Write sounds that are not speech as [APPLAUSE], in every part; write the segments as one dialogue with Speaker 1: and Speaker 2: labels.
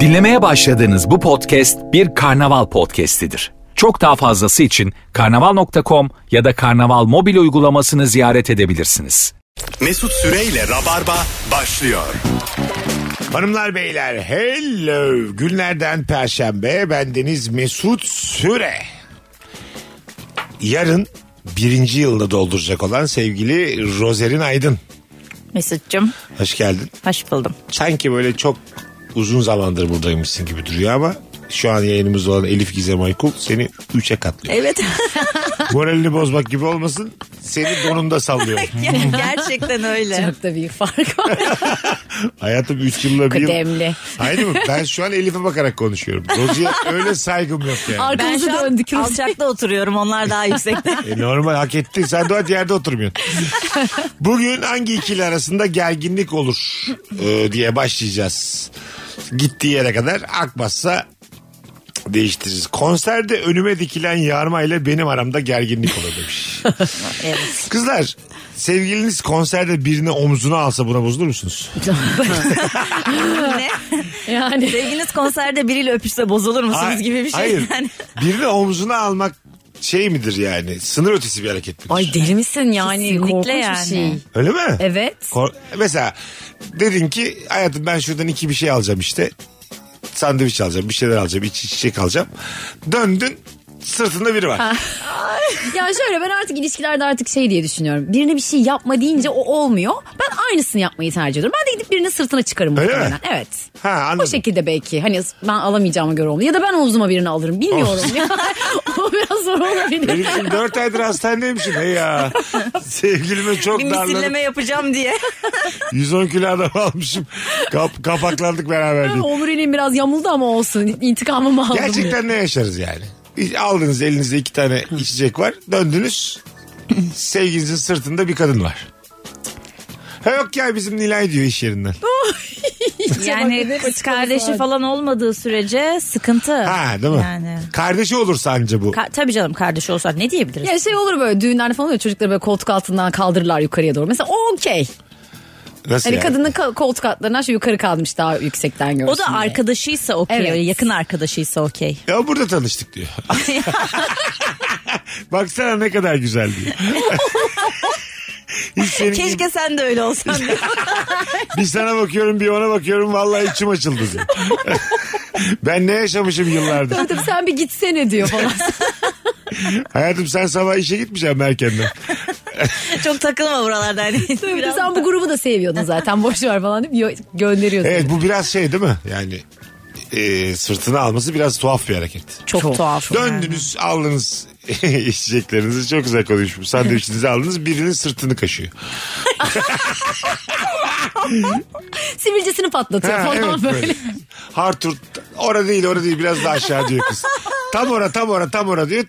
Speaker 1: Dinlemeye başladığınız bu podcast bir karnaval podcastidir. Çok daha fazlası için karnaval.com ya da karnaval mobil uygulamasını ziyaret edebilirsiniz.
Speaker 2: Mesut Süreyle Rabarba başlıyor.
Speaker 3: Hanımlar beyler hello günlerden perşembe bendeniz Mesut Süre. Yarın birinci yılını dolduracak olan sevgili Rozerin Aydın.
Speaker 4: Mesut'cum
Speaker 3: Hoş geldin.
Speaker 4: hoş buldum.
Speaker 3: Sanki böyle çok uzun zamandır buradaymışsın gibi duruyor ama şu an yayınımızda olan Elif Gizem Aykul seni üçe
Speaker 4: [LAUGHS]
Speaker 3: katlıyor.
Speaker 4: Evet
Speaker 3: Moralini bozmak gibi olmasın seni donunda sallıyor.
Speaker 4: gerçekten öyle.
Speaker 5: Çok da büyük fark var.
Speaker 3: Hayatım 3 yılla bir yıl.
Speaker 5: Kıdemli.
Speaker 3: Aynı mı? Ben şu an Elif'e bakarak konuşuyorum. Rozi'ye öyle saygım yok yani.
Speaker 4: Ben
Speaker 5: Arkamızı
Speaker 4: şu an
Speaker 5: döndük.
Speaker 4: alçakta oturuyorum onlar daha [LAUGHS] yüksekte.
Speaker 3: E normal hak etti. Sen dört yerde oturmuyorsun. Bugün hangi ikili arasında gerginlik olur e, diye başlayacağız. Gittiği yere kadar akmazsa değiştiririz. Konserde önüme dikilen yarma ile benim aramda gerginlik olur demiş.
Speaker 4: [LAUGHS] Evet.
Speaker 3: Kızlar sevgiliniz konserde birini omzuna alsa buna bozulur musunuz?
Speaker 4: Ne?
Speaker 5: [LAUGHS] Yani
Speaker 4: Sevgiliniz konserde biriyle öpüşse bozulur musunuz
Speaker 3: Hayır,
Speaker 4: gibi bir şey.
Speaker 3: Hayır.
Speaker 4: Yani.
Speaker 3: Birini omzuna almak şey midir yani? Sınır ötesi bir hareket midir?
Speaker 5: Ay deli misin yani
Speaker 4: Kesinlikle
Speaker 5: korkunç
Speaker 4: yani.
Speaker 5: bir şey.
Speaker 3: Öyle mi?
Speaker 5: Evet.
Speaker 3: Kor- mesela dedin ki hayatım ben şuradan iki bir şey alacağım işte. Sandviç alacağım, bir şeyler alacağım, içi çiçek alacağım. Döndün sırtında biri var.
Speaker 5: Ya şöyle ben artık ilişkilerde artık şey diye düşünüyorum. Birine bir şey yapma deyince o olmuyor. Ben aynısını yapmayı tercih ediyorum. Ben de gidip birinin sırtına çıkarım
Speaker 3: Öyle
Speaker 5: muhtemelen.
Speaker 3: mi?
Speaker 5: Evet.
Speaker 3: Ha, anladım.
Speaker 5: O şekilde belki. Hani ben alamayacağıma göre olmuyor. Ya da ben omzuma birini alırım. Bilmiyorum. [LAUGHS] ya. o biraz zor olabilir.
Speaker 3: Elif'im dört aydır hastanedeymişim. Hey
Speaker 4: [LAUGHS]
Speaker 3: ya. Sevgilime çok
Speaker 4: Bir
Speaker 3: darladım.
Speaker 4: misilleme yapacağım diye.
Speaker 3: 110 kilo adam almışım. Kap- kapaklandık beraber diye.
Speaker 5: Omuriliğim biraz yamuldu ama olsun. İntikamımı aldım.
Speaker 3: Gerçekten ne yaşarız yani? Bir Aldınız elinizde iki tane içecek var. Döndünüz. Sevgilinizin sırtında bir kadın var. Ha yok ya bizim Nilay diyor iş yerinden.
Speaker 4: [LAUGHS] Yani kız kardeşi falan olmadığı sürece sıkıntı.
Speaker 3: Ha değil mi?
Speaker 4: Yani.
Speaker 3: Kardeşi olursa anca bu.
Speaker 4: Ka- tabii canım kardeşi olsa ne diyebiliriz?
Speaker 5: Ya şey olur böyle düğünlerde falan oluyor çocukları böyle koltuk altından kaldırırlar yukarıya doğru. Mesela o okey.
Speaker 3: Nasıl
Speaker 5: Hani
Speaker 3: yani?
Speaker 5: kadının ka- koltuk altlarından şu yukarı kalmış daha yüksekten görsün
Speaker 4: O da
Speaker 5: diye. [LAUGHS]
Speaker 4: arkadaşıysa okey.
Speaker 5: Evet.
Speaker 4: Yakın arkadaşıysa okey.
Speaker 3: Ya burada tanıştık
Speaker 4: [LAUGHS]
Speaker 3: diyor. Baksana ne kadar güzel diyor. Hiç senin gibi-
Speaker 4: Keşke sen de öyle olsan.
Speaker 3: [LAUGHS] bir sana bakıyorum bir ona bakıyorum vallahi içim açıldı diyor. [LAUGHS] ben ne yaşamışım yıllardır.
Speaker 5: Tabii tabii sen bir gitsene
Speaker 4: [LAUGHS]
Speaker 5: diyor falan.
Speaker 3: Hayatım sen sabah işe gitmeyeceksin erkenden.
Speaker 4: Çok takılma buralarda. Hani.
Speaker 5: Tabii de sen bu grubu da seviyordun zaten boş ver falan deyip yo- gönderiyorsun.
Speaker 3: Evet bu biraz şey değil mi? Yani e, sırtına alması biraz tuhaf bir hareket.
Speaker 4: Çok, tuhaf.
Speaker 3: Döndünüz aldınız [LAUGHS] içeceklerinizi çok güzel konuşmuş. Sandviçinizi aldınız birinin sırtını kaşıyor.
Speaker 5: Sivilcesini patlatıyor
Speaker 3: Ha,
Speaker 5: falan
Speaker 3: evet,
Speaker 5: böyle.
Speaker 3: böyle. Hartur orada değil orada değil biraz daha aşağı diyor kız. Tam ora tam ora tam ora diyor.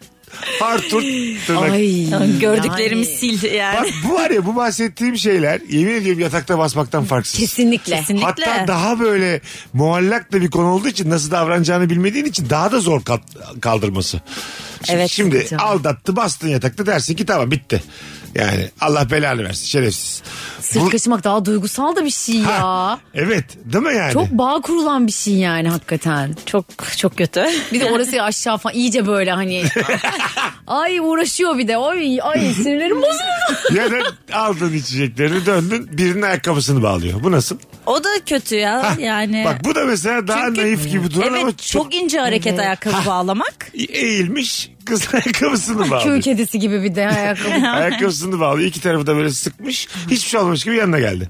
Speaker 3: Hartur tırnak.
Speaker 5: Ay.
Speaker 4: Gördüklerimi sil
Speaker 3: Bak
Speaker 4: yani.
Speaker 3: bu var ya bu bahsettiğim şeyler yemin ediyorum yatakta basmaktan farksız.
Speaker 5: Kesinlikle.
Speaker 4: Kesinlikle.
Speaker 3: Hatta daha böyle muallak da bir konu olduğu için nasıl davranacağını bilmediğin için daha da zor kat- kaldırması. Şimdi,
Speaker 4: Evet,
Speaker 3: şimdi
Speaker 4: sıkıntı.
Speaker 3: aldattı bastın yatakta dersin ki tamam bitti. Yani Allah belanı versin şerefsiz. Bu-
Speaker 5: Sırt kaşımak daha duygusal da bir şey ya.
Speaker 3: Ha, evet değil mi yani?
Speaker 5: Çok bağ kurulan bir şey yani hakikaten.
Speaker 4: Çok çok kötü.
Speaker 5: Bir de orası aşağı falan iyice böyle hani.
Speaker 3: [LAUGHS]
Speaker 5: ay uğraşıyor bir de. Ay ay sinirlerim bozuldu.
Speaker 3: ya da aldın içeceklerini döndün birinin ayakkabısını bağlıyor. Bu nasıl?
Speaker 4: O da kötü ya yani.
Speaker 3: Bak bu da mesela daha
Speaker 4: Çünkü-
Speaker 3: naif gibi duran
Speaker 4: evet
Speaker 3: ama
Speaker 4: çok, ince hareket ayakkabı bağlamak.
Speaker 3: eğilmiş kız [LAUGHS] ayakkabısını
Speaker 4: [LAUGHS]
Speaker 5: Köy
Speaker 3: bağlıyor.
Speaker 5: kedisi gibi bir de ayakkabı.
Speaker 3: ayakkabısını bağlıyor. İki tarafı da böyle sıkmış. Hiçbir şey olmamış gibi yanına geldi.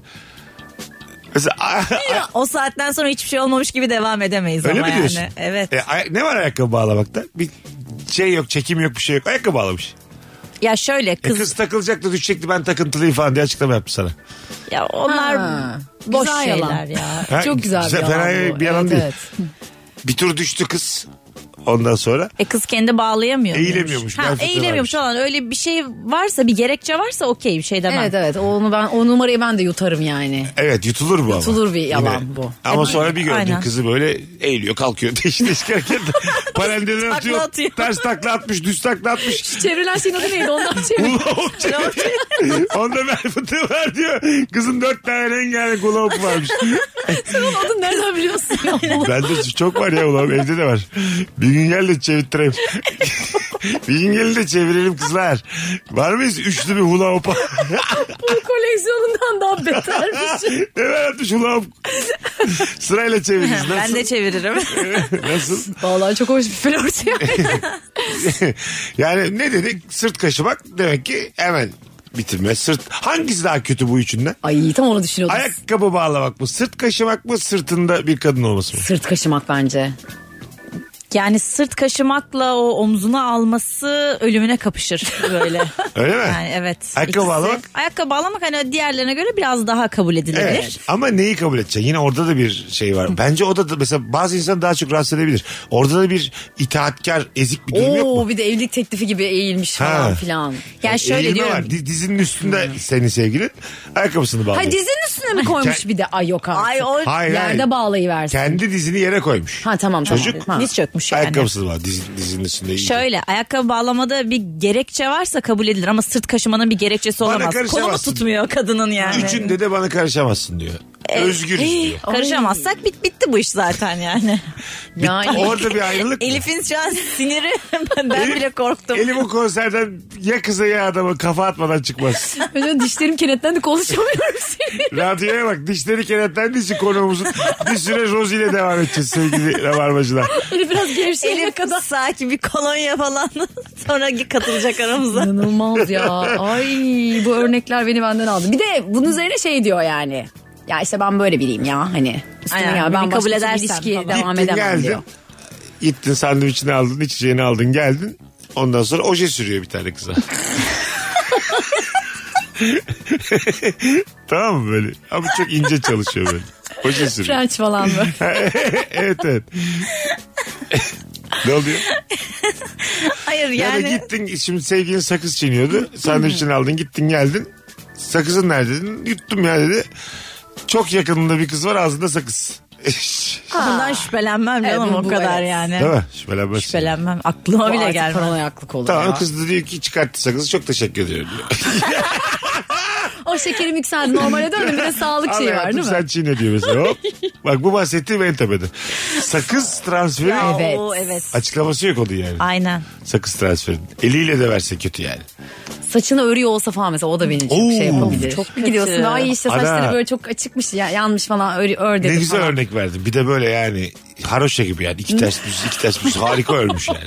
Speaker 3: Mesela [LAUGHS]
Speaker 4: O saatten sonra hiçbir şey olmamış gibi devam edemeyiz
Speaker 3: öyle
Speaker 4: ama
Speaker 3: mi diyorsun?
Speaker 4: yani. Evet.
Speaker 3: E, ay- ne var ayakkabı bağlamakta? Bir şey yok, çekim yok, bir şey yok. Ayakkabı bağlamış.
Speaker 4: Ya şöyle
Speaker 3: E,
Speaker 4: kız,
Speaker 3: Kız, takılacaktı, düşecekti. Ben takıntılıyım falan diye açıklama yaptım sana.
Speaker 4: ya onlar
Speaker 5: Ha,
Speaker 4: boş
Speaker 5: güzel
Speaker 4: şeyler
Speaker 5: yalan.
Speaker 4: ya.
Speaker 3: Ha,
Speaker 5: Çok güzel,
Speaker 3: güzel,
Speaker 5: bir yalan.
Speaker 3: fena
Speaker 5: bu.
Speaker 3: bir yalan
Speaker 5: evet,
Speaker 3: değil.
Speaker 5: evet.
Speaker 3: Bir tur düştü kız. Ondan sonra
Speaker 4: E kız kendi bağlayamıyor.
Speaker 3: Eğilemiyormuş,
Speaker 4: Ha,
Speaker 3: bel fıtığı
Speaker 4: eğilemiyormuş falan. Öyle bir şey varsa bir gerekçe varsa okey bir şey demem.
Speaker 5: Evet evet onu ben o numarayı ben de yutarım yani.
Speaker 3: Evet yutulur bu ama.
Speaker 5: Yutulur bir yalan
Speaker 3: Yine.
Speaker 5: bu.
Speaker 3: Ama sonra bir gördüm
Speaker 4: Aynen.
Speaker 3: kızı böyle eğiliyor kalkıyor [LAUGHS] değişti işkerken de paralelden atıyor,
Speaker 4: atıyor.
Speaker 3: Ters takla atmış düz takla atmış.
Speaker 5: Çevrilen şeyin adı neydi [LAUGHS] ondan çevir.
Speaker 3: Ulan [LAUGHS] Onda bel fıtığı var diyor. Kızın dört tane rengarenk globe varmış.
Speaker 5: Sen onun adını nereden biliyorsun ya? [LAUGHS]
Speaker 3: Bende çok var ya ulan evde de var. Bir gün gel de çevirttireyim. [LAUGHS] bir gün gel de çevirelim kızlar. Var mıyız üçlü bir hula hopa?
Speaker 5: Bu koleksiyonundan daha beter bir şey.
Speaker 3: Neler yapmış hula hop? Sırayla çeviririz.
Speaker 4: Ben
Speaker 3: Nasıl?
Speaker 4: de çeviririm. [LAUGHS]
Speaker 3: Nasıl?
Speaker 5: Vallahi çok hoş bir flört [LAUGHS] ya.
Speaker 3: [LAUGHS] yani ne dedik? Sırt kaşımak demek ki hemen bitirme. Sırt hangisi daha kötü bu üçünden?
Speaker 5: Ay tam onu düşünüyordum.
Speaker 3: Ayakkabı bağlamak mı? Sırt kaşımak mı? Sırtında bir kadın olması mı?
Speaker 5: Sırt kaşımak bence.
Speaker 4: yani sırt kaşımakla o omzuna alması ölümüne kapışır böyle.
Speaker 3: [LAUGHS] Öyle mi?
Speaker 4: Yani evet.
Speaker 3: Ayakkabı
Speaker 4: İkisi-
Speaker 3: bağlamak?
Speaker 4: Ayakkabı bağlamak hani diğerlerine göre biraz daha kabul edilebilir.
Speaker 3: Evet. Ama neyi kabul edeceksin? Yine orada da bir şey var. Bence o da, da mesela bazı insan daha çok rahatsız edebilir. Orada da bir itaatkar, ezik bir durum yok mu?
Speaker 5: Oo bir de evlilik teklifi gibi eğilmiş
Speaker 3: Ha.
Speaker 5: falan filan.
Speaker 4: Yani şöyle
Speaker 3: Eğilme
Speaker 4: diyorum.
Speaker 3: var. Di- Dizinin üstünde senin sevgilin ayakkabısını bağlıyor.
Speaker 5: Ha dizinin üstüne mi koymuş
Speaker 3: Ke-
Speaker 5: bir de? Ay yok artık.
Speaker 4: Ay o
Speaker 3: Hayır, hayır.
Speaker 5: Yerde bağlayıversin.
Speaker 3: Kendi dizini yere koymuş.
Speaker 5: Ha tamam tamam.
Speaker 3: Çocuk-
Speaker 5: Ha.
Speaker 4: diz çökmüş yani.
Speaker 3: Ayakkabısı var dizi- dizinin üstünde. iyice.
Speaker 4: Şöyle ayakkabı bağlamada bir gerekçe varsa kabul edilir ama sırt kaşımanın bir gerekçesi
Speaker 3: Bana
Speaker 4: olamaz. Kolumu
Speaker 3: karışamazsın.
Speaker 4: tutmuyor kadının yani. Ee, eh,
Speaker 3: Üçünde de bana karışamazsın diyor.
Speaker 5: E,
Speaker 3: Özgürüz diyor.
Speaker 4: Karışamazsak bit, bitti bu iş
Speaker 3: [LAUGHS]
Speaker 4: zaten yani.
Speaker 5: Yani. [LAUGHS]
Speaker 3: Orada bir ayrılık. mı?
Speaker 4: Elif'in şu an siniri [LAUGHS] ben, ben
Speaker 3: Elif-
Speaker 4: bile korktum.
Speaker 3: Elif o konserden ya kıza ya adama kafa atmadan
Speaker 5: [LAUGHS]
Speaker 3: çıkmaz.
Speaker 5: Böyle dişlerim kenetlendi konuşamıyorum [LAUGHS] seni.
Speaker 3: Radyoya bak dişleri kenetlendiği için konuğumuzun bir süre Rosie ile devam edeceğiz sevgili rabarbacılar.
Speaker 5: Böyle biraz gevşeyene
Speaker 4: Elif
Speaker 5: kadar.
Speaker 4: sakin bir kolonya falan [LAUGHS] sonra katılacak aramıza.
Speaker 5: İnanılmaz ya. Ay bu örnekler beni benden aldı. Bir de bunun üzerine şey diyor yani. Ya işte ben böyle biriyim ya hani. Üstüne
Speaker 4: Aynen,
Speaker 5: ya
Speaker 4: beni
Speaker 5: ben
Speaker 4: kabul
Speaker 5: kabul
Speaker 4: edersen
Speaker 5: ilişkiye
Speaker 4: falan.
Speaker 5: devam
Speaker 3: Gittin,
Speaker 5: edemem
Speaker 3: geldin.
Speaker 5: diyor.
Speaker 3: Gittin sandviçini aldın içeceğini aldın geldin. Ondan sonra oje sürüyor bir tane
Speaker 5: [LAUGHS]
Speaker 3: kıza. [LAUGHS] tamam mı böyle? Ama çok ince çalışıyor böyle. Oje sürüyor.
Speaker 5: French falan [LAUGHS] böyle.
Speaker 3: evet evet. ne oluyor?
Speaker 4: Hayır
Speaker 3: Ya da
Speaker 4: yani.
Speaker 3: gittin şimdi sevgilin sakız çiğniyordu. Sandviçini aldın gittin geldin. Sakızın nerede dedin. Yuttum ya dedi. Çok yakınında bir kız var ağzında sakız.
Speaker 4: Bundan şüphelenmem canım
Speaker 5: Evet,
Speaker 4: o
Speaker 5: bu-
Speaker 4: kadar
Speaker 5: evet.
Speaker 4: yani.
Speaker 3: Değil mi? Şüphelenmezsin.
Speaker 4: Şüphelenmem. Aklıma
Speaker 5: Bu
Speaker 4: bile
Speaker 5: artık
Speaker 4: gelmez.
Speaker 5: paranoyaklık olur
Speaker 3: Tamam
Speaker 5: ya.
Speaker 3: kız da diyor ki çıkarttı sakızı çok teşekkür ediyorum
Speaker 5: [LAUGHS]
Speaker 3: diyor.
Speaker 5: O şekerim yükseldi normale döndüm bir de sağlık
Speaker 3: Al
Speaker 5: şeyi şey var
Speaker 3: hayatım
Speaker 5: değil mi?
Speaker 3: sen çiğne diyor mesela hop. Bak bu bahsettiğim en tepede. Sakız transferi
Speaker 4: Ya,
Speaker 5: Evet.
Speaker 4: o, evet.
Speaker 3: açıklaması yok onun yani.
Speaker 4: Aynen.
Speaker 3: Sakız transferi. Eliyle de verse kötü yani.
Speaker 5: Saçını örüyor olsa falan mesela o da beni çok
Speaker 3: Oo.
Speaker 5: şey yapabilir.
Speaker 4: Çok kötü.
Speaker 5: Gidiyorsun ve ay işte
Speaker 3: Ana.
Speaker 5: saçları böyle çok açıkmış ya, yanmış falan ör, ör
Speaker 3: Ne
Speaker 5: dedi
Speaker 3: güzel
Speaker 5: falan.
Speaker 3: örnek verdin. Bir de böyle yani haroşa gibi yani. iki ters düz, iki ters düz. Harika örmüş
Speaker 4: [LAUGHS]
Speaker 3: yani.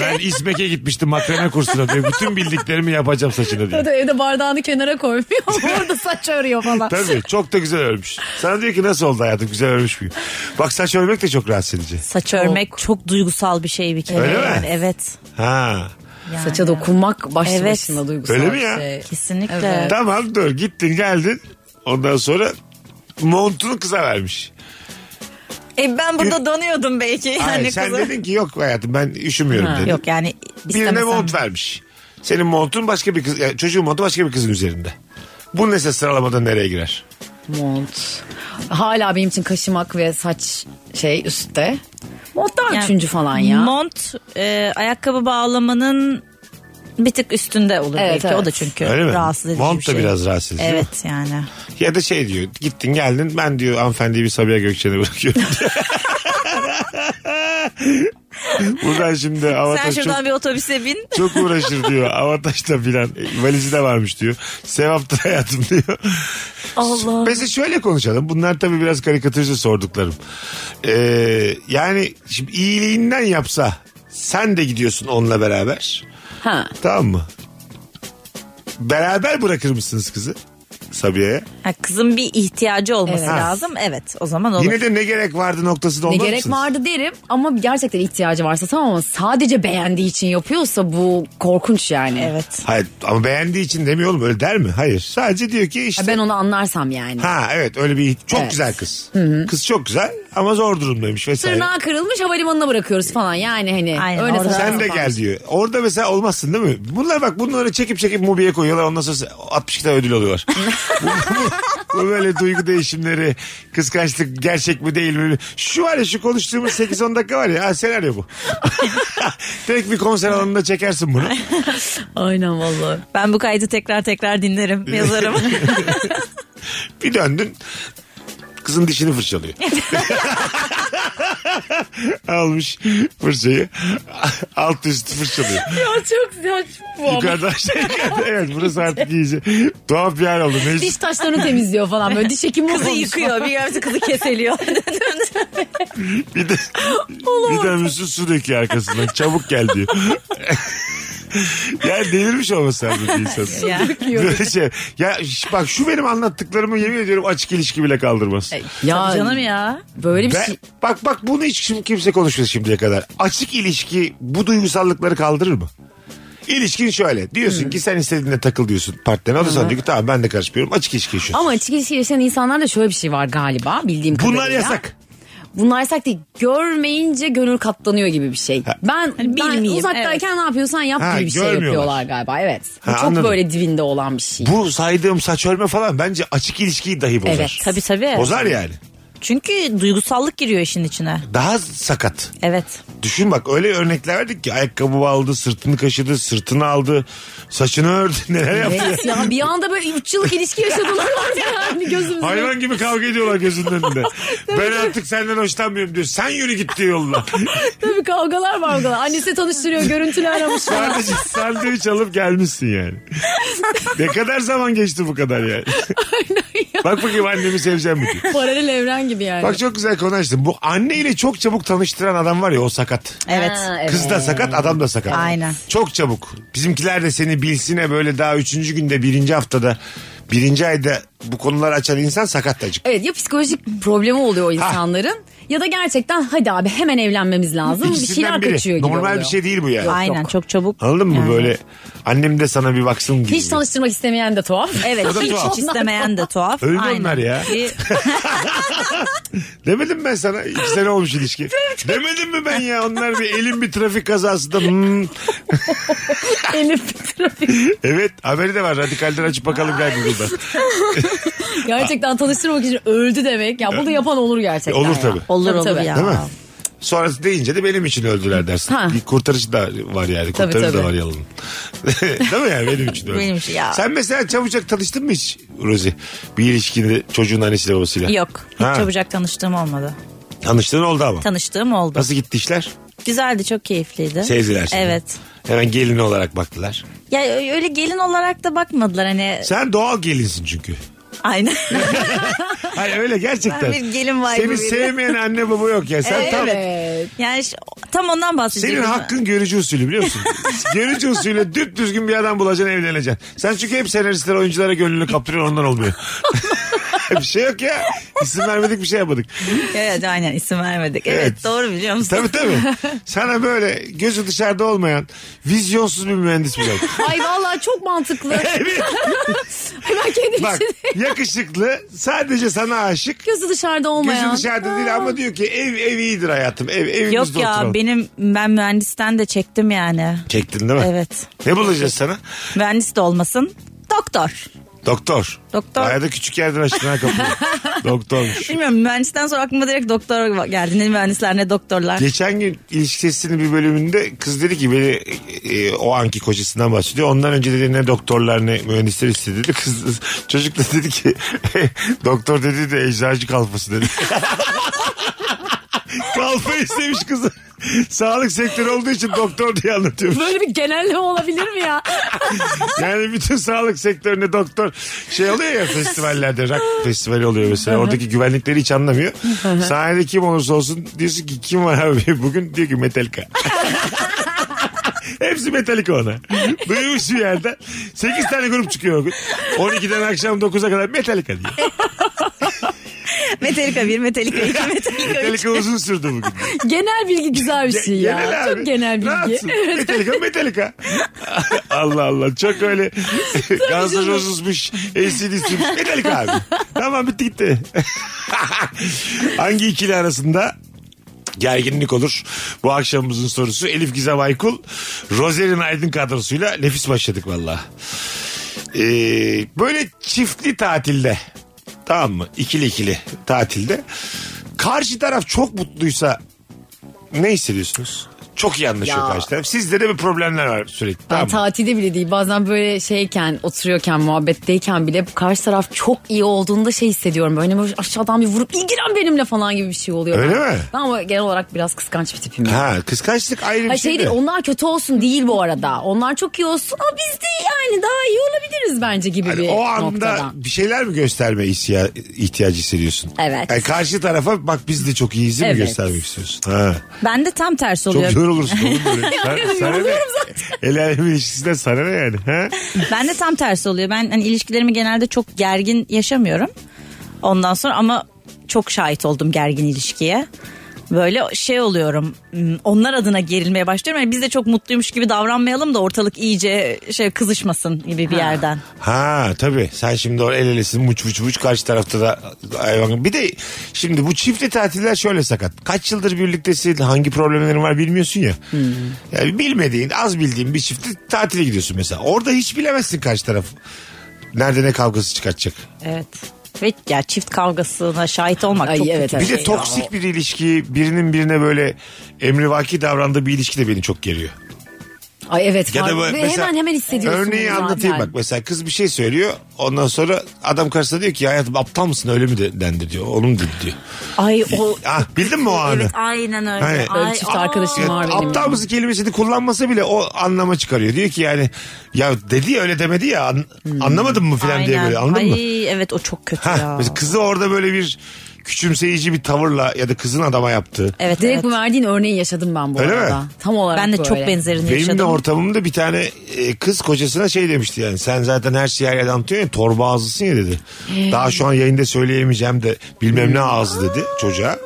Speaker 3: Ben İsmek'e gitmiştim makrame kursuna diyor. Bütün bildiklerimi yapacağım saçına diyor.
Speaker 5: Tabii evde bardağını kenara koymuyor [LAUGHS] orada saç örüyor falan.
Speaker 3: Tabii çok da güzel örmüş. Sana diyor ki nasıl oldu hayatım güzel örmüş müyüm? Bak saç örmek de çok rahatsız edici.
Speaker 4: Saç örmek çok duygusal bir şey bir kere.
Speaker 3: Öyle mi?
Speaker 4: Yani Evet.
Speaker 3: Ha.
Speaker 4: Yani.
Speaker 5: Saça dokunmak başlı
Speaker 4: Evet.
Speaker 5: başına duygusal
Speaker 3: Öyle mi
Speaker 5: bir
Speaker 3: ya?
Speaker 5: şey.
Speaker 4: Kesinlikle.
Speaker 5: Evet.
Speaker 3: Tamam dur gittin geldin. Ondan sonra montunu kıza vermiş.
Speaker 4: E ben burada donuyordum belki [LAUGHS] yani
Speaker 3: Hayır, sen
Speaker 4: kızım.
Speaker 3: dedin ki yok hayatım ben üşümüyorum dedin.
Speaker 4: Yok yani
Speaker 3: Birine
Speaker 4: istemesem.
Speaker 3: mont vermiş. Senin montun başka bir kız, yani çocuğun montu başka bir kızın üzerinde. Bu neyse sıralamada nereye girer?
Speaker 5: Mont. Hala benim için kaşımak ve saç şey üstte. Mont daha
Speaker 4: Yani
Speaker 5: üçüncü falan ya.
Speaker 4: Mont e, ayakkabı bağlamanın bir tık üstünde olur
Speaker 5: Evet,
Speaker 4: belki.
Speaker 5: evet.
Speaker 4: O da çünkü
Speaker 3: Öyle mi?
Speaker 4: rahatsız edici
Speaker 3: Mont
Speaker 4: bir
Speaker 3: da
Speaker 4: şey.
Speaker 3: biraz rahatsız edici, değil
Speaker 4: Evet yani.
Speaker 3: Ya da şey diyor gittin geldin ben diyor hanımefendiyi bir Sabiha Gökçen'e
Speaker 4: [LAUGHS]
Speaker 3: bırakıyorum. Buradan şimdi
Speaker 4: Sen
Speaker 3: avatar çok,
Speaker 4: şuradan bir otobüse bin.
Speaker 3: çok uğraşır diyor. Avataş'ta filan e, valizi de varmış diyor. Sevaptır hayatım diyor.
Speaker 4: Allah.
Speaker 3: Mesela şöyle konuşalım. Bunlar tabii biraz karikatürce sorduklarım. Ee, yani şimdi iyiliğinden yapsa sen de gidiyorsun onunla beraber.
Speaker 5: Ha.
Speaker 3: Tamam mı? Beraber bırakır mısınız kızı? Sabiha'ya.
Speaker 4: Ha, kızın bir ihtiyacı olması
Speaker 5: Evet.
Speaker 4: lazım. Evet o zaman olur.
Speaker 3: Yine de ne gerek vardı noktasında
Speaker 5: Ne
Speaker 3: olmaz
Speaker 5: gerek
Speaker 3: mısınız?
Speaker 5: vardı derim ama gerçekten ihtiyacı varsa tamam ama sadece beğendiği için yapıyorsa bu korkunç yani.
Speaker 4: Evet.
Speaker 3: Hayır ama beğendiği için demiyor oğlum öyle der mi? Hayır. Sadece diyor ki işte.
Speaker 5: Ya Ben onu anlarsam yani.
Speaker 3: Ha evet öyle bir çok
Speaker 5: Evet.
Speaker 3: güzel kız. Kız çok güzel ama zor durumdaymış vesaire.
Speaker 5: Tırnağı kırılmış havalimanına bırakıyoruz falan yani hani.
Speaker 4: Aynen,
Speaker 5: öyle
Speaker 4: orada-
Speaker 5: saçma
Speaker 3: Sen de
Speaker 5: sapan.
Speaker 3: gel diyor. Orada mesela olmazsın değil mi? Bunlar bak bunları çekip çekip Mubi'ye koyuyorlar. Ondan sonra 62 tane ödül alıyorlar. bu, bu- bu böyle duygu değişimleri, kıskançlık gerçek mi değil mi? Şu var ya şu konuştuğumuz 8-10 dakika var ya ha, senaryo bu. [LAUGHS] Tek bir konser alanında çekersin bunu.
Speaker 5: Aynen vallahi.
Speaker 4: Ben
Speaker 3: [LAUGHS]
Speaker 4: bu kaydı tekrar tekrar dinlerim. Yazarım.
Speaker 3: Bir döndün. kızın dişini fırçalıyor. [LAUGHS] Almış fırçayı. Alt üstü fırçalıyor.
Speaker 4: Ya çok saçma.
Speaker 3: Yukarıdan aşağı yukarıdan. [LAUGHS] Evet burası artık iyice. Tuhaf bir yer oldu. Mesut.
Speaker 5: Diş taşlarını temizliyor falan böyle diş hekimi
Speaker 4: Kızı
Speaker 5: olmuş.
Speaker 4: yıkıyor. Bir görse kızı keseliyor.
Speaker 3: Bir de, bir de Mesut su döküyor arkasından. Çabuk gel diyor. yani delirmiş olması lazım bir insan.
Speaker 4: Ya.
Speaker 3: Böyle şey. Ya ş- bak şu benim anlattıklarımı yemin ediyorum açık ilişki bile kaldırmaz.
Speaker 5: [LAUGHS] Ya
Speaker 4: Tabii canım ya.
Speaker 5: böyle bir
Speaker 3: Ben,
Speaker 5: şey.
Speaker 3: bak bak bunu hiç kim- kimse konuşmadı şimdiye kadar. Açık ilişki bu duygusallıkları kaldırır mı? İlişkin şöyle. Diyorsun ki sen istediğinde takıl diyorsun partnerine. O da sana diyor ki tamam ben de karışmıyorum. Açık ilişki yaşıyorsun.
Speaker 5: Ama açık ilişki yaşayan insanlarda şöyle bir şey var galiba bildiğim kadarıyla.
Speaker 3: Bunlar yasak.
Speaker 5: Bunlar yasak değil. Görmeyince gönül katlanıyor gibi bir şey. Ben, ben
Speaker 4: bilmeyeyim,
Speaker 5: uzaktayken ne yapıyorsan yap
Speaker 3: Ha,
Speaker 5: gibi bir şey
Speaker 3: görmüyorlar.
Speaker 5: yapıyorlar galiba. Evet. Bu
Speaker 3: Ha,
Speaker 5: çok
Speaker 3: anladım.
Speaker 5: böyle dibinde olan
Speaker 3: [LAUGHS]
Speaker 5: bir şey.
Speaker 3: Bu saydığım saç örme falan bence açık ilişkiyi dahi bozar.
Speaker 5: Evet,
Speaker 4: Tabii tabii.
Speaker 3: Bozar yani.
Speaker 4: Çünkü duygusallık giriyor işin içine.
Speaker 3: Daha sakat.
Speaker 4: Evet.
Speaker 3: Düşün bak öyle örnekler verdik ki ayakkabı aldı, sırtını kaşıdı, sırtını aldı, saçını ördü, neler yaptı.
Speaker 5: Evet ya bir anda böyle 3 yıllık ilişki yaşadılar [LAUGHS] orada yani
Speaker 3: [LAUGHS]
Speaker 5: gözümüzde.
Speaker 3: Hayvan gibi kavga ediyorlar gözünün önünde. ben artık senden hoşlanmıyorum diyor. Sen yürü git diyor yoluna.
Speaker 5: Tabii kavgalar mavgalar. Annesi tanıştırıyor görüntülü aramış. [LAUGHS]
Speaker 3: Sadece sandviç alıp gelmişsin yani. ne kadar zaman geçti bu kadar yani. Bak bakayım annemi seveceğim mi diyor.
Speaker 5: Paralel evren gibi yani.
Speaker 3: Bak çok güzel konu açtın. Bu anneyle çok çabuk tanıştıran adam var ya o sakat.
Speaker 4: Evet.
Speaker 5: Ha, evet.
Speaker 3: Kız da sakat adam da sakat.
Speaker 4: Aynen.
Speaker 3: Çok çabuk. Bizimkiler de seni bilsine böyle daha üçüncü günde birinci haftada birinci ayda bu konuları açan insan sakat da acık.
Speaker 5: Evet ya psikolojik problemi oluyor o insanların. Ya da gerçekten hadi abi hemen evlenmemiz lazım. Bir
Speaker 3: İkisinden
Speaker 5: şeyler
Speaker 3: biri.
Speaker 5: kaçıyor gibi
Speaker 3: Normal
Speaker 5: oluyor.
Speaker 3: bir şey değil bu yani.
Speaker 4: Aynen çok çabuk.
Speaker 3: Anladın mı
Speaker 4: Yani.
Speaker 3: böyle annem de sana bir baksın gibi.
Speaker 5: Hiç tanıştırmak istemeyen de tuhaf.
Speaker 4: Evet
Speaker 3: O da
Speaker 4: hiç,
Speaker 3: tuhaf.
Speaker 4: hiç istemeyen de tuhaf.
Speaker 3: Öyle onlar ya.
Speaker 4: Bir-
Speaker 3: Demedim ben sana iki sene olmuş
Speaker 5: [LAUGHS]
Speaker 3: ilişki. Demedim mi ben ya onlar bir elin bir trafik kazasında. hmm.
Speaker 5: [LAUGHS] Elif trafik.
Speaker 3: Evet haberi de var radikalden açıp bakalım gel Google'da.
Speaker 5: Gerçekten tanıştırmak için öldü demek. Ya bunu yapan olur gerçekten.
Speaker 3: Olur
Speaker 5: ya.
Speaker 3: tabii.
Speaker 4: olur olur
Speaker 5: tabii.
Speaker 4: ya.
Speaker 3: Değil mi? Sonrası deyince de benim için öldüler dersin.
Speaker 5: Ha.
Speaker 3: Bir kurtarıcı da var yani.
Speaker 5: Tabii,
Speaker 3: Kurtarıcı da
Speaker 5: tabii.
Speaker 3: var yalın. [LAUGHS] Değil mi yani benim için öldü.
Speaker 4: Benim için ya.
Speaker 3: Sen mesela çabucak tanıştın mı hiç Rozi? Bir ilişkinde çocuğun annesiyle babasıyla.
Speaker 4: Yok. Hiç
Speaker 3: Ha.
Speaker 4: çabucak tanıştığım olmadı.
Speaker 3: Tanıştığın oldu ama.
Speaker 4: Tanıştığım oldu.
Speaker 3: Nasıl gitti işler?
Speaker 4: Güzeldi çok keyifliydi.
Speaker 3: Sevdiler seni.
Speaker 4: Evet.
Speaker 3: Hemen gelin olarak baktılar.
Speaker 4: Ya ö- öyle gelin olarak da bakmadılar hani.
Speaker 3: Sen doğal gelinsin
Speaker 4: [LAUGHS]
Speaker 3: çünkü.
Speaker 4: Aynen.
Speaker 3: Hayır öyle gerçekten.
Speaker 4: Ben bir gelin vibe'ı
Speaker 3: Seni
Speaker 4: veriyorum.
Speaker 3: sevmeyen anne baba yok ya. Sen tam,
Speaker 5: Evet.
Speaker 4: yani şu- tam ondan bahsedeceğim.
Speaker 3: Senin hakkın görücü usulü biliyor
Speaker 4: [LAUGHS]
Speaker 3: musun? görücü usulü düp düzgün bir adam bulacaksın evleneceksin. Sen çünkü hep senaristlere oyunculara gönlünü kaptırıyorsun ondan
Speaker 4: [LAUGHS]
Speaker 3: olmuyor. bir şey yok ya. İsim vermedik bir şey yapmadık.
Speaker 4: Evet aynen isim vermedik. Evet,
Speaker 3: Evet.
Speaker 4: doğru biliyor musun?
Speaker 3: Tabii tabii. Sana böyle gözü dışarıda olmayan vizyonsuz bir mühendis bulacak.
Speaker 5: Ay vallahi çok mantıklı.
Speaker 3: evet.
Speaker 5: Hemen kendi
Speaker 3: Bak
Speaker 5: içinde. [LAUGHS]
Speaker 3: yakışıklı sadece sana aşık.
Speaker 5: Gözü dışarıda olmayan.
Speaker 3: Gözü dışarıda değil ama diyor ki ev ev iyidir hayatım. Ev evimizde
Speaker 4: Yok ya
Speaker 3: oturalım.
Speaker 4: benim ben mühendisten de çektim yani.
Speaker 3: Çektin değil mi?
Speaker 4: Evet.
Speaker 3: Ne bulacağız sana?
Speaker 4: Mühendis de olmasın. Doktor.
Speaker 3: Doktor.
Speaker 4: Doktor.
Speaker 3: Bayağı da küçük yerden açtın ha kapıyı.
Speaker 4: [LAUGHS]
Speaker 3: Doktormuş.
Speaker 4: Bilmiyorum mühendisten sonra aklıma direkt doktor geldi. Ne mühendisler ne doktorlar.
Speaker 3: Geçen gün ilişki testinin bir bölümünde kız dedi ki beni e, o anki kocasından bahsediyor. Ondan önce dedi ne doktorlar ne mühendisler istedi dedi. Kız, [LAUGHS] çocuk da dedi ki [LAUGHS] doktor dedi de eczacı kalfası dedi. [LAUGHS] Kalfa istemiş kızı. Sağlık sektörü olduğu için doktor diye anlatıyor.
Speaker 5: Böyle bir genelleme olabilir mi ya?
Speaker 3: Yani bütün sağlık sektöründe doktor şey oluyor ya festivallerde rock festivali oluyor mesela. Oradaki güvenlikleri hiç anlamıyor. Sahnede kim olursa olsun diyorsun ki kim var abi [LAUGHS] bugün diyor ki Metallica. Hepsi Metallica ona. Duymuş bir yerden. 8 tane grup çıkıyor o gün. 12'den akşam 9'a kadar Metallica diyor.
Speaker 4: Metallica 1, Metallica 2, Metallica 3.
Speaker 3: Metallica uzun sürdü bugün.
Speaker 5: Genel bilgi güzel bir şey ya.
Speaker 3: Genel abi.
Speaker 5: Çok genel bilgi. [LAUGHS]
Speaker 3: Rahatsın. Metallica Metallica. [LAUGHS] Allah Allah. Çok
Speaker 5: [LAUGHS]
Speaker 3: öyle Guns N' Roses'muş. ACDC'miş. Metallica abi. Tamam bitti gitti. [LAUGHS] Hangi ikili arasında gerginlik olur? Bu akşamımızın sorusu Elif Gizem Aykul. Rozer'in Aydın kadrosuyla nefis başladık valla. Ee, böyle çiftli tatilde tamam mı? İkili ikili tatilde. Karşı taraf çok mutluysa ne hissediyorsunuz? Çok iyi anlaşıyor
Speaker 5: Ya.
Speaker 3: karşı taraf. Sizde de bir problemler var sürekli.
Speaker 5: Ben
Speaker 3: Tamam. mı?
Speaker 5: tatilde bile değil bazen böyle şeyken oturuyorken muhabbetteyken bile bu karşı taraf çok iyi olduğunda şey hissediyorum. Böyle hani böyle aşağıdan bir vurup ilgilen benimle falan gibi bir şey oluyor.
Speaker 3: Öyle
Speaker 5: Ben-
Speaker 3: mi?
Speaker 5: Ben ama genel olarak biraz kıskanç bir tipim. ya.
Speaker 3: Ha kıskançlık ayrı bir
Speaker 5: Ha,
Speaker 3: şey,
Speaker 5: şey
Speaker 3: de.
Speaker 5: değil onlar kötü olsun değil bu arada. Onlar çok iyi olsun ama biz de yani daha iyi olabiliriz bence gibi
Speaker 3: Hani
Speaker 5: bir
Speaker 3: o anda
Speaker 5: noktadan.
Speaker 3: bir şeyler mi gösterme isya- ihtiyacı hissediyorsun?
Speaker 5: Evet.
Speaker 3: Yani E, karşı tarafa bak biz de çok iyiyiz mi
Speaker 5: Evet.
Speaker 3: göstermek istiyorsun? Ha.
Speaker 4: [LAUGHS] Ben de tam tersi
Speaker 3: Çok
Speaker 4: oluyor.
Speaker 3: yorulursun oğlum
Speaker 5: [LAUGHS]
Speaker 3: böyle. Sen- sana ne? El alemin ilişkisinden sana ne yani? Ha?
Speaker 4: Ben de tam tersi oluyor. Ben hani ilişkilerimi genelde çok gergin yaşamıyorum. Ondan sonra ama çok şahit oldum gergin ilişkiye. Böyle şey oluyorum. m, Onlar adına gerilmeye başlıyorum. Yani biz de çok mutluymuş gibi davranmayalım da ortalık iyice şey kızışmasın gibi bir yerden.
Speaker 3: Ha tabii sen şimdi o el elesin muç muç muç karşı tarafta da hayvan. Bir de şimdi bu çiftli tatiller şöyle sakat. Kaç yıldır birliktesin hangi problemlerin var bilmiyorsun ya.
Speaker 5: Hmm.
Speaker 3: Yani bilmediğin az bildiğin bir çiftli tatile gidiyorsun mesela. Orada hiç bilemezsin karşı taraf. Nerede ne kavgası çıkartacak.
Speaker 4: Evet. Ve ya çift kavgasına şahit olmak
Speaker 5: Ay,
Speaker 4: çok
Speaker 5: evet,
Speaker 4: kötü
Speaker 5: evet.
Speaker 4: bir
Speaker 3: Bir
Speaker 4: şey.
Speaker 3: de toksik bir ilişki birinin birine böyle emrivaki davrandığı bir ilişki de beni çok geriyor.
Speaker 5: Ay evet
Speaker 3: Ya da
Speaker 5: fark-
Speaker 3: böyle
Speaker 5: ve
Speaker 3: mesela-
Speaker 5: hemen hemen hissediyorsun.
Speaker 3: Örneği
Speaker 5: bunu
Speaker 3: anlatayım
Speaker 5: zaten.
Speaker 3: bak mesela kız bir şey söylüyor ondan sonra adam karşısına diyor ki "Ya hayatım aptal mısın öyle mi de- dendi diyor onun dedi diyor.
Speaker 4: Ay o...
Speaker 3: Ah bildin mi o anı?
Speaker 4: Evet aynen öyle.
Speaker 3: Hani-
Speaker 5: Böyle çift arkadaşım
Speaker 3: Evet,
Speaker 5: var benim.
Speaker 3: aptal mısın kelimesini kullanmasa bile o anlama çıkarıyor. Diyor ki yani ya dedi ya öyle demedi ya an-
Speaker 5: Hmm.
Speaker 3: anlamadın mı filan diye böyle anladın
Speaker 4: Ay,
Speaker 3: mı?
Speaker 4: evet o çok kötü
Speaker 3: Hah,
Speaker 4: ya.
Speaker 3: [LAUGHS] mesela kızı orada böyle bir küçümseyici bir tavırla ya da kızın adama yaptığı.
Speaker 4: Evet,
Speaker 5: Direkt
Speaker 4: evet.
Speaker 5: bu verdiğin örneği yaşadım ben bu
Speaker 3: Öyle
Speaker 5: arada.
Speaker 3: mi?
Speaker 5: Tam olarak
Speaker 4: Ben de çok
Speaker 5: böyle.
Speaker 4: benzerini
Speaker 3: Benim de
Speaker 4: yaşadım.
Speaker 3: ortamımda bir tane e, kız kocasına şey demişti yani sen zaten her şeyi her yerde anlatıyorsun ya torba ağzısın ya dedi. Daha şu an yayında söyleyemeyeceğim de bilmem ne ağzı dedi çocuğa.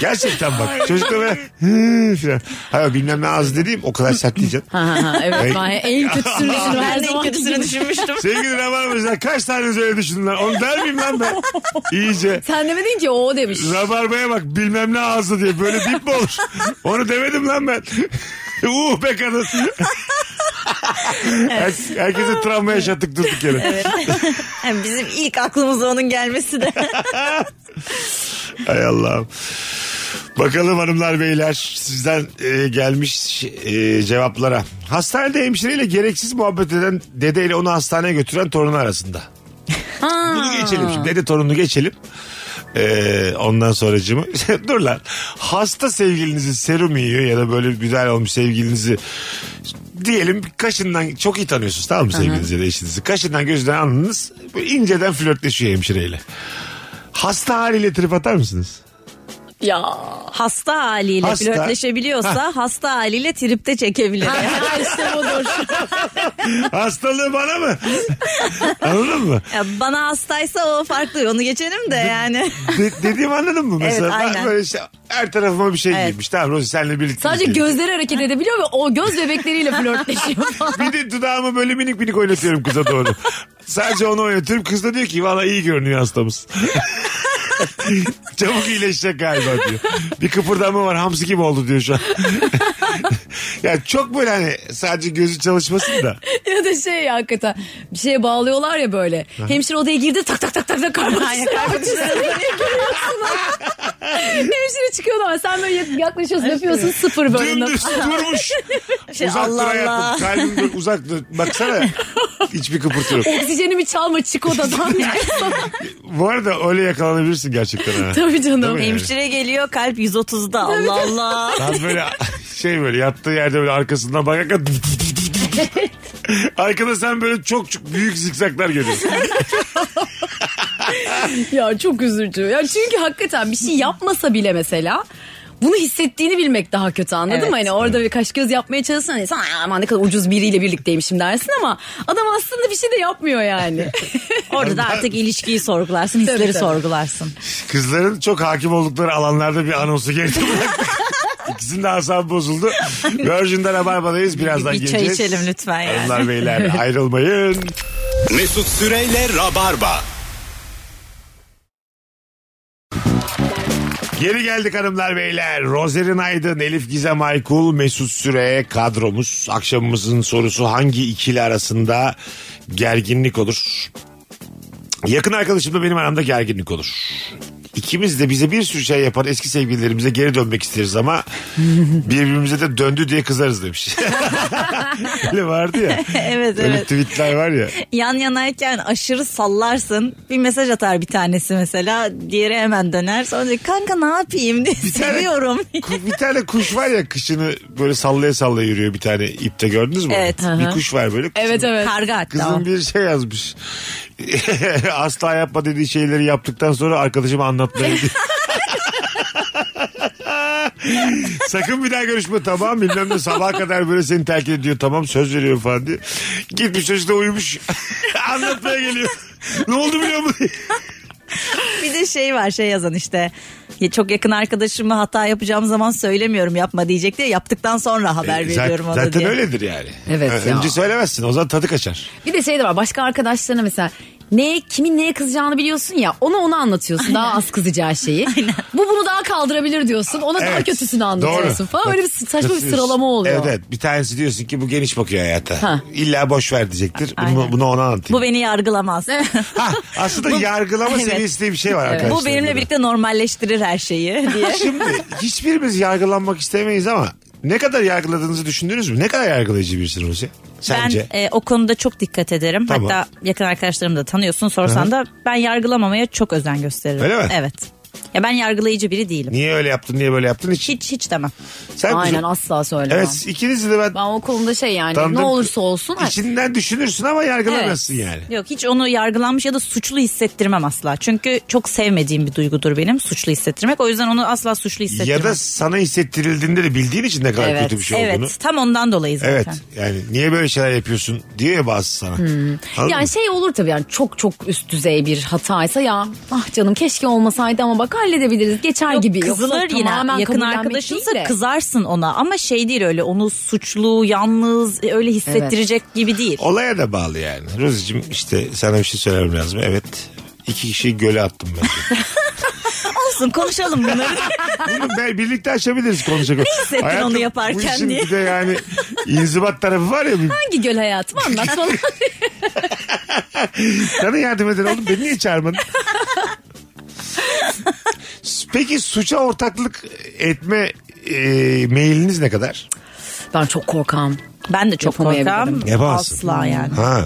Speaker 3: Gerçekten bak çocuk da böyle "Hı" filan. Hayır bilmem ne ağzı dediğim o kadar sert diyeceksin.
Speaker 5: Ha, ha, ha, evet ben en kötüsünü düşündüm. Her
Speaker 4: Ben de en
Speaker 5: zaman
Speaker 4: kötüsünü düşünmüştüm.
Speaker 3: Sevgili Rabarbacılar kaç taneniz öyle düşündüler? Onu der miyim lan ben? İyice.
Speaker 5: Sen demedin ki o demiş.
Speaker 3: Rabarbaya bak bilmem ne ağzı diye böyle dip mi olur? Onu demedim lan ben. [LAUGHS] uh be kadın. Her- herkese travma yaşattık durduk yere.
Speaker 4: Yani bizim ilk aklımıza onun
Speaker 3: [LAUGHS]
Speaker 4: gelmesi de.
Speaker 3: Hay Allah'ım. Bakalım hanımlar beyler sizden e, gelmiş e, cevaplara. Hastanede hemşireyle gereksiz muhabbet eden dedeyle onu hastaneye götüren torunu arasında. Bunu geçelim şimdi. Dede torununu geçelim. Ee, ondan sonracığımı. [LAUGHS] Dur lan. Hasta sevgilinizi serum yiyor ya da böyle güzel olmuş sevgilinizi diyelim kaşından çok iyi tanıyorsunuz tamam mı sevgilinizi ya da eşinizi. Kaşından gözünden anladınız. Böyle inceden flörtleşiyor hemşireyle. Hasta haliyle trip atar mısınız?
Speaker 5: Ya.
Speaker 4: hasta haliyle
Speaker 3: Hasta.
Speaker 4: flörtleşebiliyorsa hasta haliyle tripte çekebilir.
Speaker 5: işte budur.
Speaker 3: [LAUGHS] Hastalığı bana mı? [LAUGHS] Anladın mı?
Speaker 4: Ya bana hastaysa o farklı onu geçelim de yani.
Speaker 3: De- dediğimi anladın mı mesela?
Speaker 4: Evet,
Speaker 3: ben
Speaker 4: aynen.
Speaker 3: böyle şey- her tarafıma bir şey
Speaker 4: Evet.
Speaker 3: giymiş. Tamam Rozi senle birlikte. şey
Speaker 5: Sadece
Speaker 3: gidelim.
Speaker 5: gözleri hareket edebiliyor ve o göz bebekleriyle flörtleşiyor.
Speaker 3: Bir de dudağımı böyle minik minik oynatıyorum kıza doğru.
Speaker 4: [LAUGHS]
Speaker 3: Sadece onu oynatıyorum. Kız da diyor ki valla iyi görünüyor
Speaker 4: [LAUGHS]
Speaker 3: hastamız. Çabuk iyileşecek galiba diyor. Bir kıpırdama var hamsi gibi oldu diyor
Speaker 4: [LAUGHS]
Speaker 3: şu an. yani çok böyle hani sadece gözü çalışmasın
Speaker 4: [LAUGHS]
Speaker 3: da.
Speaker 5: [LAUGHS] ya da şey ya, hakikaten bir şeye bağlıyorlar ya böyle. Hemşire odaya girdi tak tak tak tak tak
Speaker 4: Aynen,
Speaker 5: karpatışları. [LAUGHS] Hemşire çıkıyordu ama sen böyle yak- yaklaşıyorsun öpüyorsun sıfır böyle.
Speaker 3: Dümdüz durmuş.
Speaker 4: [LAUGHS] Şey,
Speaker 3: uzak dur
Speaker 4: Allah Allah.
Speaker 3: hayatım. Kalbim dur uzak dur.
Speaker 4: [LAUGHS]
Speaker 3: Baksana. Hiçbir kıpırtı yok.
Speaker 5: Oksijenimi çalma çık odadan.
Speaker 3: Bu arada öyle yakalanabilirsin gerçekten
Speaker 4: [LAUGHS]
Speaker 3: ha.
Speaker 5: Tabii canım.
Speaker 3: Değil mi?
Speaker 4: Hemşire geliyor kalp 130'da Allah Allah.
Speaker 3: Tam böyle şey böyle yattığı yerde böyle arkasından bakarken [LAUGHS] Arkada sen böyle çok çok büyük zikzaklar görüyorsun.
Speaker 5: Ya çok üzücü. Ya çünkü hakikaten bir şey yapmasa bile mesela bunu hissettiğini bilmek daha kötü anladın
Speaker 4: Evet.
Speaker 5: mı? Hani orada bir kaş göz yapmaya çalışsan hani sen "Ay, aman ne kadar ucuz biriyle birlikteymişim dersin ama adam aslında bir şey de yapmıyor yani. [LAUGHS]
Speaker 4: Orada da artık ilişkiyi sorgularsın, hisleri
Speaker 5: Tabii, tabii.
Speaker 4: sorgularsın.
Speaker 3: Kızların çok hakim oldukları alanlarda bir anonsu geride bıraktık. [LAUGHS] İkisinin de asabı
Speaker 4: [LAUGHS]
Speaker 3: bozuldu. Virgin'de Rabarba'dayız. Birazdan
Speaker 4: Bir çay
Speaker 3: geleceğiz.
Speaker 4: içelim lütfen yani.
Speaker 3: Hanımlar,
Speaker 4: [LAUGHS]
Speaker 3: beyler ayrılmayın.
Speaker 2: Mesut Süreyle Rabarba.
Speaker 3: Geri geldik hanımlar beyler. Rozerin Aydın, Elif Gizem Aykul, Mesut Süre kadromuz. Akşamımızın sorusu hangi ikili arasında gerginlik olur? Yakın arkadaşımla benim aramda gerginlik olur. İkimiz de bize bir sürü şey yapar eski sevgililerimize geri dönmek isteriz
Speaker 4: [LAUGHS]
Speaker 3: ama birbirimize de döndü diye kızarız demiş. Öyle vardı ya.
Speaker 4: Evet,
Speaker 3: Öyle
Speaker 4: evet.
Speaker 3: tweetler var ya.
Speaker 4: Yan yanayken aşırı sallarsın. Bir mesaj atar bir tanesi mesela. Diğeri hemen döner. Sonra diyor, kanka ne yapayım diye
Speaker 3: tane-
Speaker 4: seviyorum.
Speaker 3: [LAUGHS] Ku- bir tane kuş var ya kışını böyle sallaya sallaya yürüyor bir tane ipte gördünüz mü? onu?
Speaker 4: Evet. Hı
Speaker 3: Bir kuş var böyle.
Speaker 5: Evet evet.
Speaker 4: Karga hatta
Speaker 3: Kızım
Speaker 4: o.
Speaker 3: bir şey yazmış. [LAUGHS] Asla yapma dediği şeyleri yaptıktan sonra arkadaşıma anlatmayın diye. [LAUGHS] Sakın bir daha görüşme tamam bilmem ne sabaha kadar böyle seni terk ediyor tamam söz veriyorum falan diye. Gitmiş çocuk da uyumuş. [LAUGHS] Anlatmaya geliyor. ne oldu biliyor musun?
Speaker 4: Bir de şey var şey yazan işte. Ya çok yakın arkadaşıma hata yapacağım zaman söylemiyorum yapma diyecek diye yaptıktan sonra haber veriyorum ona
Speaker 3: E, zaten zaten
Speaker 4: diye.
Speaker 3: öyledir yani.
Speaker 5: Evet ya.
Speaker 3: Önce söylemezsin o zaman tadı kaçar.
Speaker 5: Bir de şey de var başka arkadaşlarına mesela ne kimin neye kızacağını biliyorsun ya ona onu anlatıyorsun daha az kızacağı [LAUGHS] şeyi. Bu bunu daha kaldırabilir diyorsun ona daha
Speaker 3: Evet.
Speaker 5: kötüsünü anlatıyorsun
Speaker 3: Doğru.
Speaker 5: falan böyle bir saçma bir
Speaker 3: Katılıyorsun.
Speaker 5: sıralama oluyor.
Speaker 3: Evet, evet. bir tanesi diyorsun ki bu geniş bakıyor hayata.
Speaker 5: Ha.
Speaker 3: İlla boş ver diyecektir. Bunu,
Speaker 4: Aynen.
Speaker 3: bunu ona anlatayım.
Speaker 4: Bu beni yargılamaz. [LAUGHS]
Speaker 3: Ha,
Speaker 5: [LAUGHS]
Speaker 3: aslında [LAUGHS] yargılama
Speaker 4: Evet.
Speaker 3: seviyesi diye bir şey var arkadaşlar.
Speaker 4: Bu benimle birlikte normalleştirir her şeyi [LAUGHS] diye.
Speaker 3: Şimdi hiçbirimiz yargılanmak istemeyiz ama ne kadar yargıladığınızı düşündünüz mü? Ne kadar yargılayıcı birisiniz Hulusi? Sence?
Speaker 4: Ben e, o konuda çok dikkat ederim.
Speaker 3: Tamam.
Speaker 4: Hatta yakın arkadaşlarımı da tanıyorsun sorsan da ben yargılamamaya çok özen gösteririm.
Speaker 3: Öyle mi?
Speaker 4: Evet. Ya ben yargılayıcı biri değilim.
Speaker 3: Niye öyle yaptın, niye böyle yaptın? Hiç.
Speaker 4: Hiç hiç demem.
Speaker 3: Sen
Speaker 5: Aynen
Speaker 3: bizim-
Speaker 5: asla söylemem.
Speaker 3: Evet ikinizi de ben,
Speaker 5: Ben o konuda şey yani
Speaker 3: tanıdım.
Speaker 5: ne olursa olsun ay,
Speaker 3: İçinden düşünürsün ama yargılamazsın yani.
Speaker 4: Yok hiç onu yargılanmış ya da suçlu hissettirmem asla. Çünkü çok sevmediğim bir duygudur benim suçlu hissettirmek. O yüzden onu asla suçlu hissettirmem.
Speaker 3: Ya da sana hissettirildiğinde de bildiğin için ne kadar
Speaker 5: Evet,
Speaker 3: kötü bir şey
Speaker 4: evet
Speaker 3: olduğunu.
Speaker 4: tam ondan dolayı zaten. Hmm.
Speaker 3: Evet yani niye böyle şeyler yapıyorsun diyor ya bazı sana. Anladın mı?
Speaker 5: Yani şey olur tabii yani çok çok üst düzey bir hataysa ya ah canım keşke olmasaydı ama bak halledebiliriz geçer
Speaker 4: Yok,
Speaker 5: gibi. Yoksa
Speaker 4: kızılır yine
Speaker 5: tamamen
Speaker 4: yakın
Speaker 5: kabullenmek
Speaker 4: arkadaşınsa
Speaker 5: değil de.
Speaker 4: kızarsın ona ama şey değil öyle onu suçlu yalnız e, öyle hissettirecek gibi değil.
Speaker 3: Olaya da bağlı yani. Rozi'cim işte sana bir şey söylemem lazım. Evet. İki kişiyi göle attım ben.
Speaker 4: [LAUGHS] Olsun
Speaker 3: [LAUGHS]
Speaker 4: konuşalım bunları.
Speaker 3: Bunu be- birlikte aşabiliriz konuşacak. Ne
Speaker 4: hissettin onu yaparken
Speaker 3: bu işin
Speaker 4: diye?
Speaker 3: Bir de yani inzibat tarafı var ya. bir-
Speaker 5: Hangi göl hayatım anlat falan.
Speaker 3: Sana yardım eden oğlum beni niye
Speaker 4: [LAUGHS]
Speaker 3: çağırmadın? Peki suça ortaklık etme e, mailiniz ne kadar?
Speaker 5: [LAUGHS] ben çok korkam.
Speaker 4: Ben de çok
Speaker 5: Yapamayabilirim.
Speaker 4: korkam.
Speaker 3: Yapamazsın.
Speaker 4: Asla yani.
Speaker 3: Ha.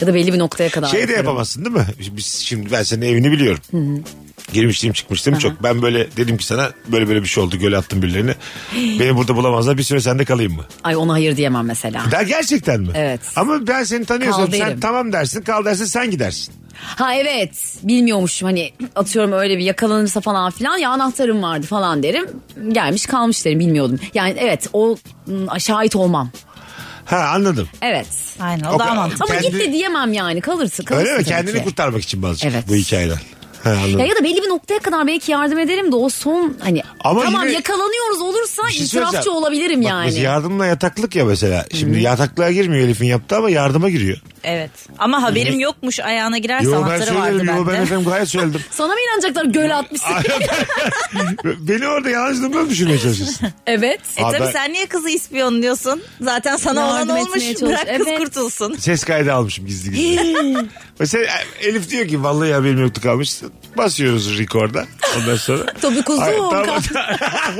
Speaker 5: Ya da belli bir noktaya kadar.
Speaker 3: Şey de
Speaker 5: yaparım.
Speaker 3: yapamazsın değil mi? Biz şimdi ben senin evini biliyorum. Girmiştim çıkmıştım çok. Ben böyle dedim ki sana böyle böyle bir şey oldu. Göle attım
Speaker 5: [GASPS]
Speaker 3: birilerini. Beni burada bulamazlar. Bir süre sende kalayım mı?
Speaker 5: Ay ona hayır diyemem mesela.
Speaker 3: Da gerçekten mi?
Speaker 5: Evet.
Speaker 3: Ama ben seni tanıyorsam
Speaker 5: Kal
Speaker 3: sen
Speaker 5: derim.
Speaker 3: tamam dersin kal dersin sen gidersin.
Speaker 5: Ha evet bilmiyormuşum hani atıyorum öyle bir yakalanırsa falan filan ya anahtarım vardı falan derim. Gelmiş kalmış derim bilmiyordum. Yani evet o ım, şahit olmam.
Speaker 3: Ha anladım.
Speaker 5: Evet.
Speaker 4: Aynen o
Speaker 3: O
Speaker 4: daha
Speaker 3: kadar-
Speaker 4: mantıklı.
Speaker 5: Ama
Speaker 3: Kendi-
Speaker 5: git de diyemem yani kalırsın. kalırsın
Speaker 3: Öyle mi?
Speaker 5: tabii
Speaker 3: Kendini
Speaker 5: ki.
Speaker 3: kurtarmak için bazı
Speaker 5: Evet.
Speaker 3: bu hikayeden. Ha, anladım.
Speaker 5: Ya, ya da belli bir noktaya kadar belki yardım ederim de o son hani
Speaker 3: Ama
Speaker 5: tamam
Speaker 3: yine-
Speaker 5: yakalanıyoruz olursa
Speaker 3: Bir şey
Speaker 5: itirafçı
Speaker 3: söyleyeceğim.
Speaker 5: olabilirim
Speaker 3: Bak,
Speaker 5: yani.
Speaker 3: biz yardımla yataklık ya mesela. Şimdi yataklığa girmiyor Elif'in yaptı ama yardıma giriyor.
Speaker 4: Evet. Ama haberim yokmuş ayağına girerse
Speaker 3: Yo ben
Speaker 4: anahtarı vardı
Speaker 3: söyledim. Yo ben
Speaker 4: bende.
Speaker 3: efendim gayet
Speaker 5: [LAUGHS]
Speaker 3: söyledim.
Speaker 5: Sana mı inanacaklar göl atmışsın? [LAUGHS]
Speaker 3: Beni orada yalancı durumda mı düşünmeye çalışıyorsun?
Speaker 5: evet.
Speaker 4: E
Speaker 3: Aa, ben-
Speaker 4: tabi sen niye kızı ispiyonluyorsun? Zaten sana
Speaker 5: Yardım
Speaker 4: olan
Speaker 5: etmeye
Speaker 4: olmuş.
Speaker 5: çalış.
Speaker 4: Bırak kız
Speaker 5: Evet.
Speaker 4: kurtulsun.
Speaker 3: Ses kaydı almışım gizli gizli. Mesela Elif diyor ki vallahi haberim yoktu kalmış. Basıyoruz rekorda ondan sonra.
Speaker 5: Tabii kuzum,
Speaker 3: Ay, tamam.
Speaker 5: kal.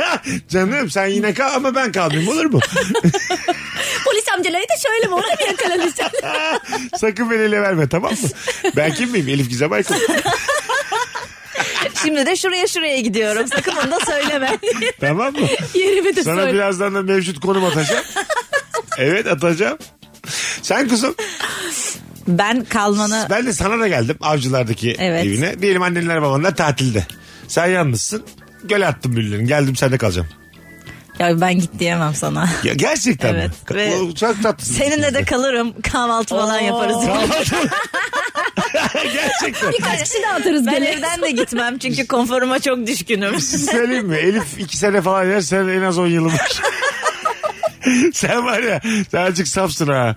Speaker 3: [LAUGHS] Canım sen yine kal ama ben kalmayayım olur mu?
Speaker 5: Polis amcaları da şöyle mi orada mı yakalanacak?
Speaker 3: Sakın beni ele verme tamam mı? Ben kim miyim? Elif Gizem Aykul.
Speaker 4: [LAUGHS] Şimdi de şuraya şuraya gidiyorum. Sakın onu da söyleme. [LAUGHS]
Speaker 3: tamam mı?
Speaker 5: Yerimi de
Speaker 3: Sana
Speaker 5: söyle.
Speaker 3: birazdan da mevcut konum atacağım. evet atacağım. Sen kızım
Speaker 4: ben kalmanı
Speaker 3: ben de sana da geldim avcılardaki
Speaker 4: Evet.
Speaker 3: evine. Diyelim annenler babanlar tatilde. Sen yalnızsın. Göle attım birilerini. Geldim sende kalacağım.
Speaker 4: ya ben git diyemem sana.
Speaker 3: Ya, gerçekten
Speaker 4: Evet,
Speaker 3: mi?
Speaker 4: ve-
Speaker 3: O, Çok tatlısın.
Speaker 4: Seninle de kalırım. Kahvaltı falan
Speaker 5: Oo.
Speaker 4: yaparız. [LAUGHS]
Speaker 3: Gerçekten.
Speaker 5: Kaç kişi daha atarız
Speaker 4: Ben
Speaker 5: göle?
Speaker 4: evden de gitmem çünkü
Speaker 3: [LAUGHS]
Speaker 4: konforuma çok düşkünüm. [LAUGHS]
Speaker 3: Söyleyeyim mi? Elif iki sene falan yer sen en az on yılım
Speaker 4: [LAUGHS]
Speaker 3: var. sen var ya sen azıcık safsın ha.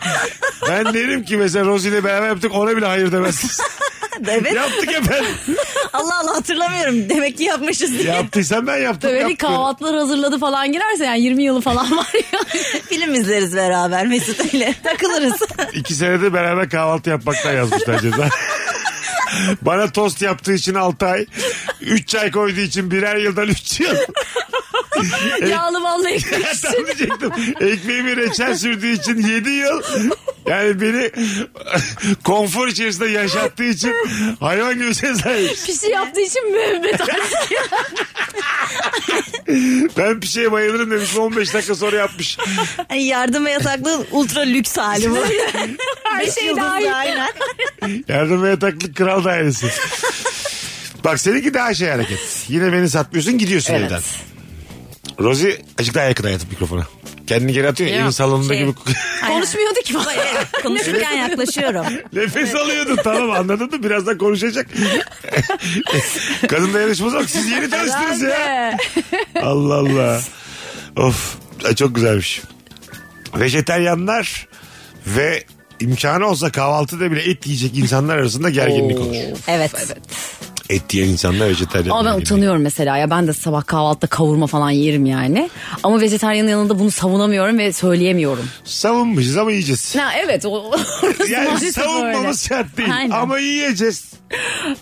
Speaker 3: Ben derim ki mesela Rosie ile beraber yaptık ona bile hayır
Speaker 4: [LAUGHS]
Speaker 3: demezsin.
Speaker 4: evet.
Speaker 3: yaptık efendim.
Speaker 4: Allah Allah hatırlamıyorum. Demek ki yapmışız diye.
Speaker 3: Yaptıysan ben yaptım.
Speaker 5: Böyle bir
Speaker 3: yaptım.
Speaker 5: kahvaltılar hazırladı falan girerse yani 20 yılı falan var ya.
Speaker 4: [LAUGHS] Film izleriz beraber Mesut ile. [LAUGHS] Takılırız. [LAUGHS]
Speaker 3: İki senede beraber kahvaltı yapmaktan yazmışlar ceza. Bana tost yaptığı için 6 ay. 3 çay koyduğu için birer yıldan 3 yıl.
Speaker 5: Yağlı vallahi
Speaker 3: [LAUGHS] Tam diyecektim. Ekmeğimi reçel sürdüğü için 7 yıl. Yani beni [LAUGHS] konfor içerisinde yaşattığı için hayvan gibi sahip.
Speaker 5: pişi yaptığı için Mehmet
Speaker 3: Ben bir şeye bayılırım demiş. 15 dakika sonra yapmış.
Speaker 4: Hani yardım ve yasaklığın ultra lüks hali bu.
Speaker 5: her
Speaker 4: Beş
Speaker 5: şey
Speaker 4: yıldızlı
Speaker 5: dahil.
Speaker 4: aynen.
Speaker 3: Yardım ve yataklık kral dairesi. Bak seninki daha şey hareket. Yine beni satmıyorsun gidiyorsun
Speaker 5: Evet.
Speaker 3: evden. Rozi azıcık daha yakın hayatım mikrofona. Kendini geri atıyor ya,
Speaker 5: Ya,
Speaker 3: evin salonunda
Speaker 5: şey.
Speaker 3: gibi.
Speaker 5: Konuşmuyordu ki falan.
Speaker 4: Konuşurken yaklaşıyorum.
Speaker 3: Nefes alıyordu tamam anladın mı? Birazdan konuşacak. Kadın dayanışması bak siz yeni tanıştınız ya. Allah Allah. Of Ay, çok güzelmiş. Vejeteryanlar ve imkanı olsa kahvaltıda bile et yiyecek insanlar arasında gerginlik olur.
Speaker 4: Evet.
Speaker 3: Et yiyen insanlar vejeteryan.
Speaker 5: Ama ben
Speaker 3: gerginlik.
Speaker 5: utanıyorum mesela ya ben de sabah kahvaltıda kavurma falan yerim yani. Ama vejetaryenin yanında bunu savunamıyorum ve söyleyemiyorum.
Speaker 3: Savunmayacağız ama yiyeceğiz.
Speaker 5: Ha evet o [LAUGHS]
Speaker 3: Yani
Speaker 5: maalesef öyle.
Speaker 3: savunmamız şart değil
Speaker 5: Aynen.
Speaker 3: ama yiyeceğiz.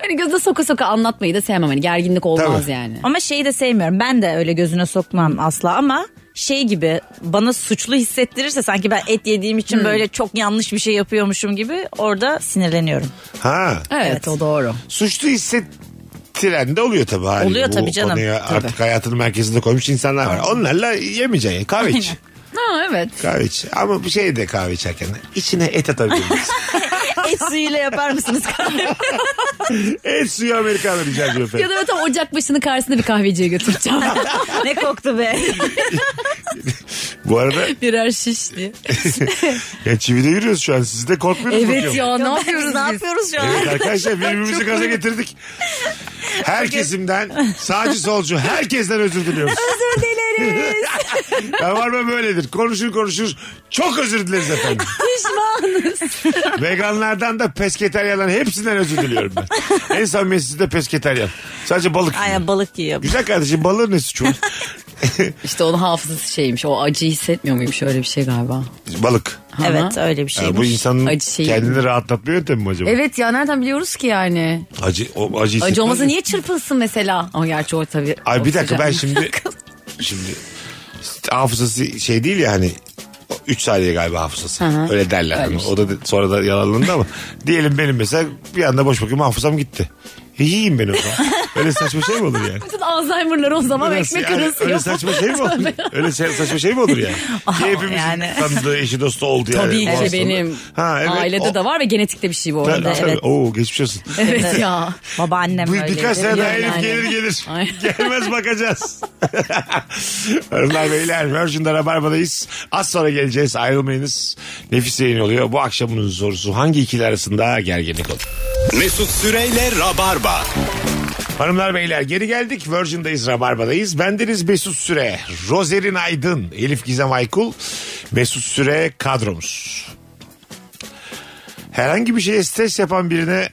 Speaker 5: Hani gözde soka soka anlatmayı da sevmem hani gerginlik olmaz
Speaker 3: Tabii.
Speaker 5: yani.
Speaker 4: Ama şeyi de sevmiyorum. Ben de öyle gözüne sokmam asla ama şey gibi bana suçlu hissettirirse sanki ben et yediğim için
Speaker 5: Hmm.
Speaker 4: böyle çok yanlış bir şey yapıyormuşum gibi orada
Speaker 5: [LAUGHS]
Speaker 4: sinirleniyorum.
Speaker 3: Ha.
Speaker 5: Evet,
Speaker 4: Evet.
Speaker 5: o doğru.
Speaker 3: Suçlu hissettiren de oluyor tabii. haliyle.
Speaker 4: Oluyor
Speaker 3: Bu
Speaker 4: tabii canım.
Speaker 3: konuya
Speaker 4: Tabii.
Speaker 3: artık hayatının merkezinde koymuş insanlar var. Onlarla yemeyeceksin. Kahve iç.
Speaker 5: Ha evet.
Speaker 3: Kahve iç. Ama bir şey de kahve içerken içine et atabiliriz.
Speaker 4: et suyuyla yapar mısınız? [LAUGHS]
Speaker 3: et suyu Amerikano rica ediyorum
Speaker 5: Ya
Speaker 3: efendim.
Speaker 5: da böyle tam ocak başının karşısında bir kahveciye
Speaker 3: [LAUGHS]
Speaker 5: götüreceğim.
Speaker 4: ne koktu be.
Speaker 3: Bu arada
Speaker 5: Birer şiş diye.
Speaker 3: ya çivide yürüyoruz şu an. Siz de korkmuyorsunuz.
Speaker 5: Evet
Speaker 3: bakıyorum.
Speaker 5: ya ne
Speaker 4: Biz
Speaker 5: yapıyoruz
Speaker 4: ne
Speaker 5: biz?
Speaker 4: yapıyoruz şu an?
Speaker 3: Evet arkadaşlar birbirimizi gaza getirdik. Her kesimden sağcı solcu herkesten özür diliyoruz. Özür dileriz. [LAUGHS] Rabarba böyledir. Konuşur konuşur çok özür dileriz efendim. Pişmanız. [LAUGHS] Veganlardan da pesketeryadan hepsinden özür diliyorum ben. En samimiyetisi de pesketeryan. Sadece balık.
Speaker 4: Aynen balık yiyor.
Speaker 3: Güzel kardeşim balığın ne suçu var?
Speaker 5: İşte onun hafızası şeymiş o acı hissetmiyor muymuş öyle bir şey galiba.
Speaker 3: balık.
Speaker 4: Evet öyle bir
Speaker 3: Ya
Speaker 4: şey.
Speaker 3: Ee, bu insanın
Speaker 5: Acı şey.
Speaker 3: kendini rahatlatma yöntemi mi acaba?
Speaker 5: Evet ya nereden biliyoruz ki yani?
Speaker 3: Acı, o, acı
Speaker 5: Acı
Speaker 3: hissetmez
Speaker 5: olmasa
Speaker 3: mi?
Speaker 5: niye çırpılsın mesela? Ama gerçi o tabii.
Speaker 3: Şey Ay bir dakika ben
Speaker 5: oksijen-
Speaker 3: şimdi şimdi hafızası şey değil ya hani 3 saniye galiba hafızası.
Speaker 5: hı.
Speaker 3: Öyle derler.
Speaker 5: Öyle
Speaker 3: Hani
Speaker 5: bir şey.
Speaker 3: O da sonra da yalanlandı
Speaker 5: [LAUGHS]
Speaker 3: ama diyelim benim mesela bir anda boş bakıyorum hafızam gitti. E, yiyeyim beni o zaman. Öyle saçma şey mi olur yani?
Speaker 5: Bütün [LAUGHS] Alzheimer'lar o zaman
Speaker 3: Nasıl
Speaker 5: ekmek
Speaker 3: yani?
Speaker 5: arası
Speaker 3: Öyle
Speaker 5: yok.
Speaker 3: saçma şey
Speaker 5: [LAUGHS]
Speaker 3: mi olur? öyle şey- saçma şey mi olur yani? Ki hepimizin
Speaker 4: yani.
Speaker 3: tanıdığı eşi dostu oldu yani.
Speaker 5: Tabii
Speaker 3: bu
Speaker 5: ki
Speaker 3: hastalığı.
Speaker 5: benim.
Speaker 3: Ee, Ha, evet.
Speaker 5: Ailede
Speaker 3: O-
Speaker 5: de var ve genetikte bir şey bu
Speaker 3: Tabii,
Speaker 5: arada.
Speaker 3: tabii.
Speaker 5: Evet.
Speaker 3: Oo geçmiş olsun.
Speaker 5: [LAUGHS] Evet ya.
Speaker 4: Babaannem
Speaker 3: Bu
Speaker 4: öyle.
Speaker 3: birkaç
Speaker 4: dedi.
Speaker 3: sene daha
Speaker 5: Yani.
Speaker 3: Elif gelir gelir.
Speaker 5: Ay.
Speaker 3: [LAUGHS] Gelmez bakacağız. [LAUGHS] Hanımlar beyler Virgin'de Rabarba'dayız. Az sonra geleceğiz ayrılmayınız. Nefis yayın oluyor. Bu akşamın sorusu hangi ikili arasında gerginlik olur?
Speaker 2: Mesut Süreyle Rabarba.
Speaker 3: Hanımlar beyler geri geldik. Virgin'dayız Rabarba'dayız. Bendeniz Mesut Süre, Rozerin Aydın, Elif Gizem Aykul, Mesut Süre kadromuz. Herhangi bir şeye stres yapan birine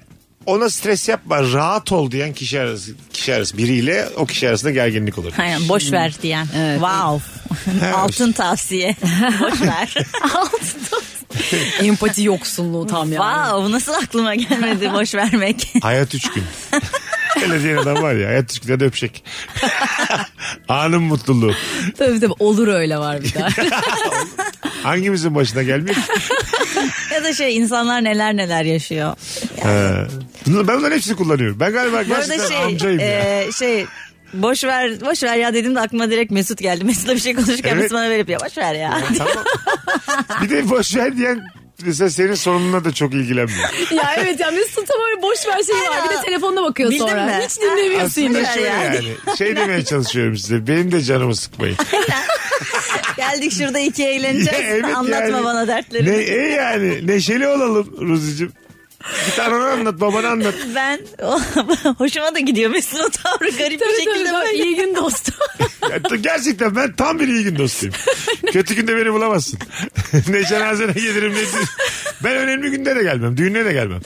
Speaker 3: ona stres yapma rahat ol diyen kişi arası, kişi arası biriyle o kişi arasında gerginlik olur.
Speaker 4: Aynen boş ver diyen. Wow.
Speaker 3: [LAUGHS]
Speaker 4: Altın
Speaker 5: [LAUGHS]
Speaker 4: tavsiye. boş ver.
Speaker 5: Empati yoksunluğu tam yani.
Speaker 4: wow nasıl aklıma gelmedi
Speaker 3: [LAUGHS]
Speaker 4: boş vermek.
Speaker 3: Hayat üç
Speaker 4: [LAUGHS]
Speaker 3: gün. Öyle diyen adam var ya hayat üç günde de öpecek. [LAUGHS] Anın mutluluğu.
Speaker 5: Tabii tabii olur öyle var
Speaker 3: [LAUGHS]
Speaker 5: bir daha.
Speaker 3: Hangimizin başına gelmiyor
Speaker 4: [LAUGHS]
Speaker 3: ki?
Speaker 4: ya da şey insanlar neler neler yaşıyor.
Speaker 3: Ha. Bunlar- Ben bunların hepsini kullanıyorum. Ben galiba
Speaker 4: Bu arada
Speaker 3: gerçekten
Speaker 4: şey
Speaker 3: amcayım ya.
Speaker 4: e, şey boş ver boş ver ya dedim de aklıma direkt Mesut geldi. Mesut'la bir şey konuşurken
Speaker 3: Evet.
Speaker 4: Mesut bana böyle yapıyor. Boş ver ya.
Speaker 3: Tamam. bir de boş ver diyen mesela senin sorununa da çok ilgilenmiyor.
Speaker 5: ya evet ya Mesut tam öyle boş ver şey var. Bir de telefonuna bakıyor
Speaker 4: Bildin
Speaker 5: sonra.
Speaker 4: mi?
Speaker 5: Hiç
Speaker 3: [LAUGHS]
Speaker 5: dinlemiyorsun.
Speaker 3: Aslında
Speaker 4: yani.
Speaker 3: şöyle yani. Şey demeye çalışıyorum size. Benim de canımı sıkmayın.
Speaker 4: [LAUGHS] Geldik şurada iki
Speaker 3: Ya
Speaker 4: eğleneceğiz.
Speaker 3: [LAUGHS] evet
Speaker 4: Anlatma
Speaker 3: yani.
Speaker 4: bana dertleri.
Speaker 3: Ne, e yani neşeli olalım Ruzi'cim. Git ananı anlat babanı anlat.
Speaker 4: Ben [LAUGHS] hoşuma da gidiyor Mesut'un o tavrı garip bir
Speaker 5: Tabii tabii,
Speaker 4: şekilde
Speaker 5: tabii.
Speaker 4: böyle.
Speaker 5: İyi gün
Speaker 4: [LAUGHS]
Speaker 5: dostum.
Speaker 3: Ya t- gerçekten ben tam bir iyi gün dostuyum. Kötü günde beni bulamazsın. [LAUGHS] ne cenazene gelirim ne dü- Ben önemli günde de gelmem. Düğüne de gelmem.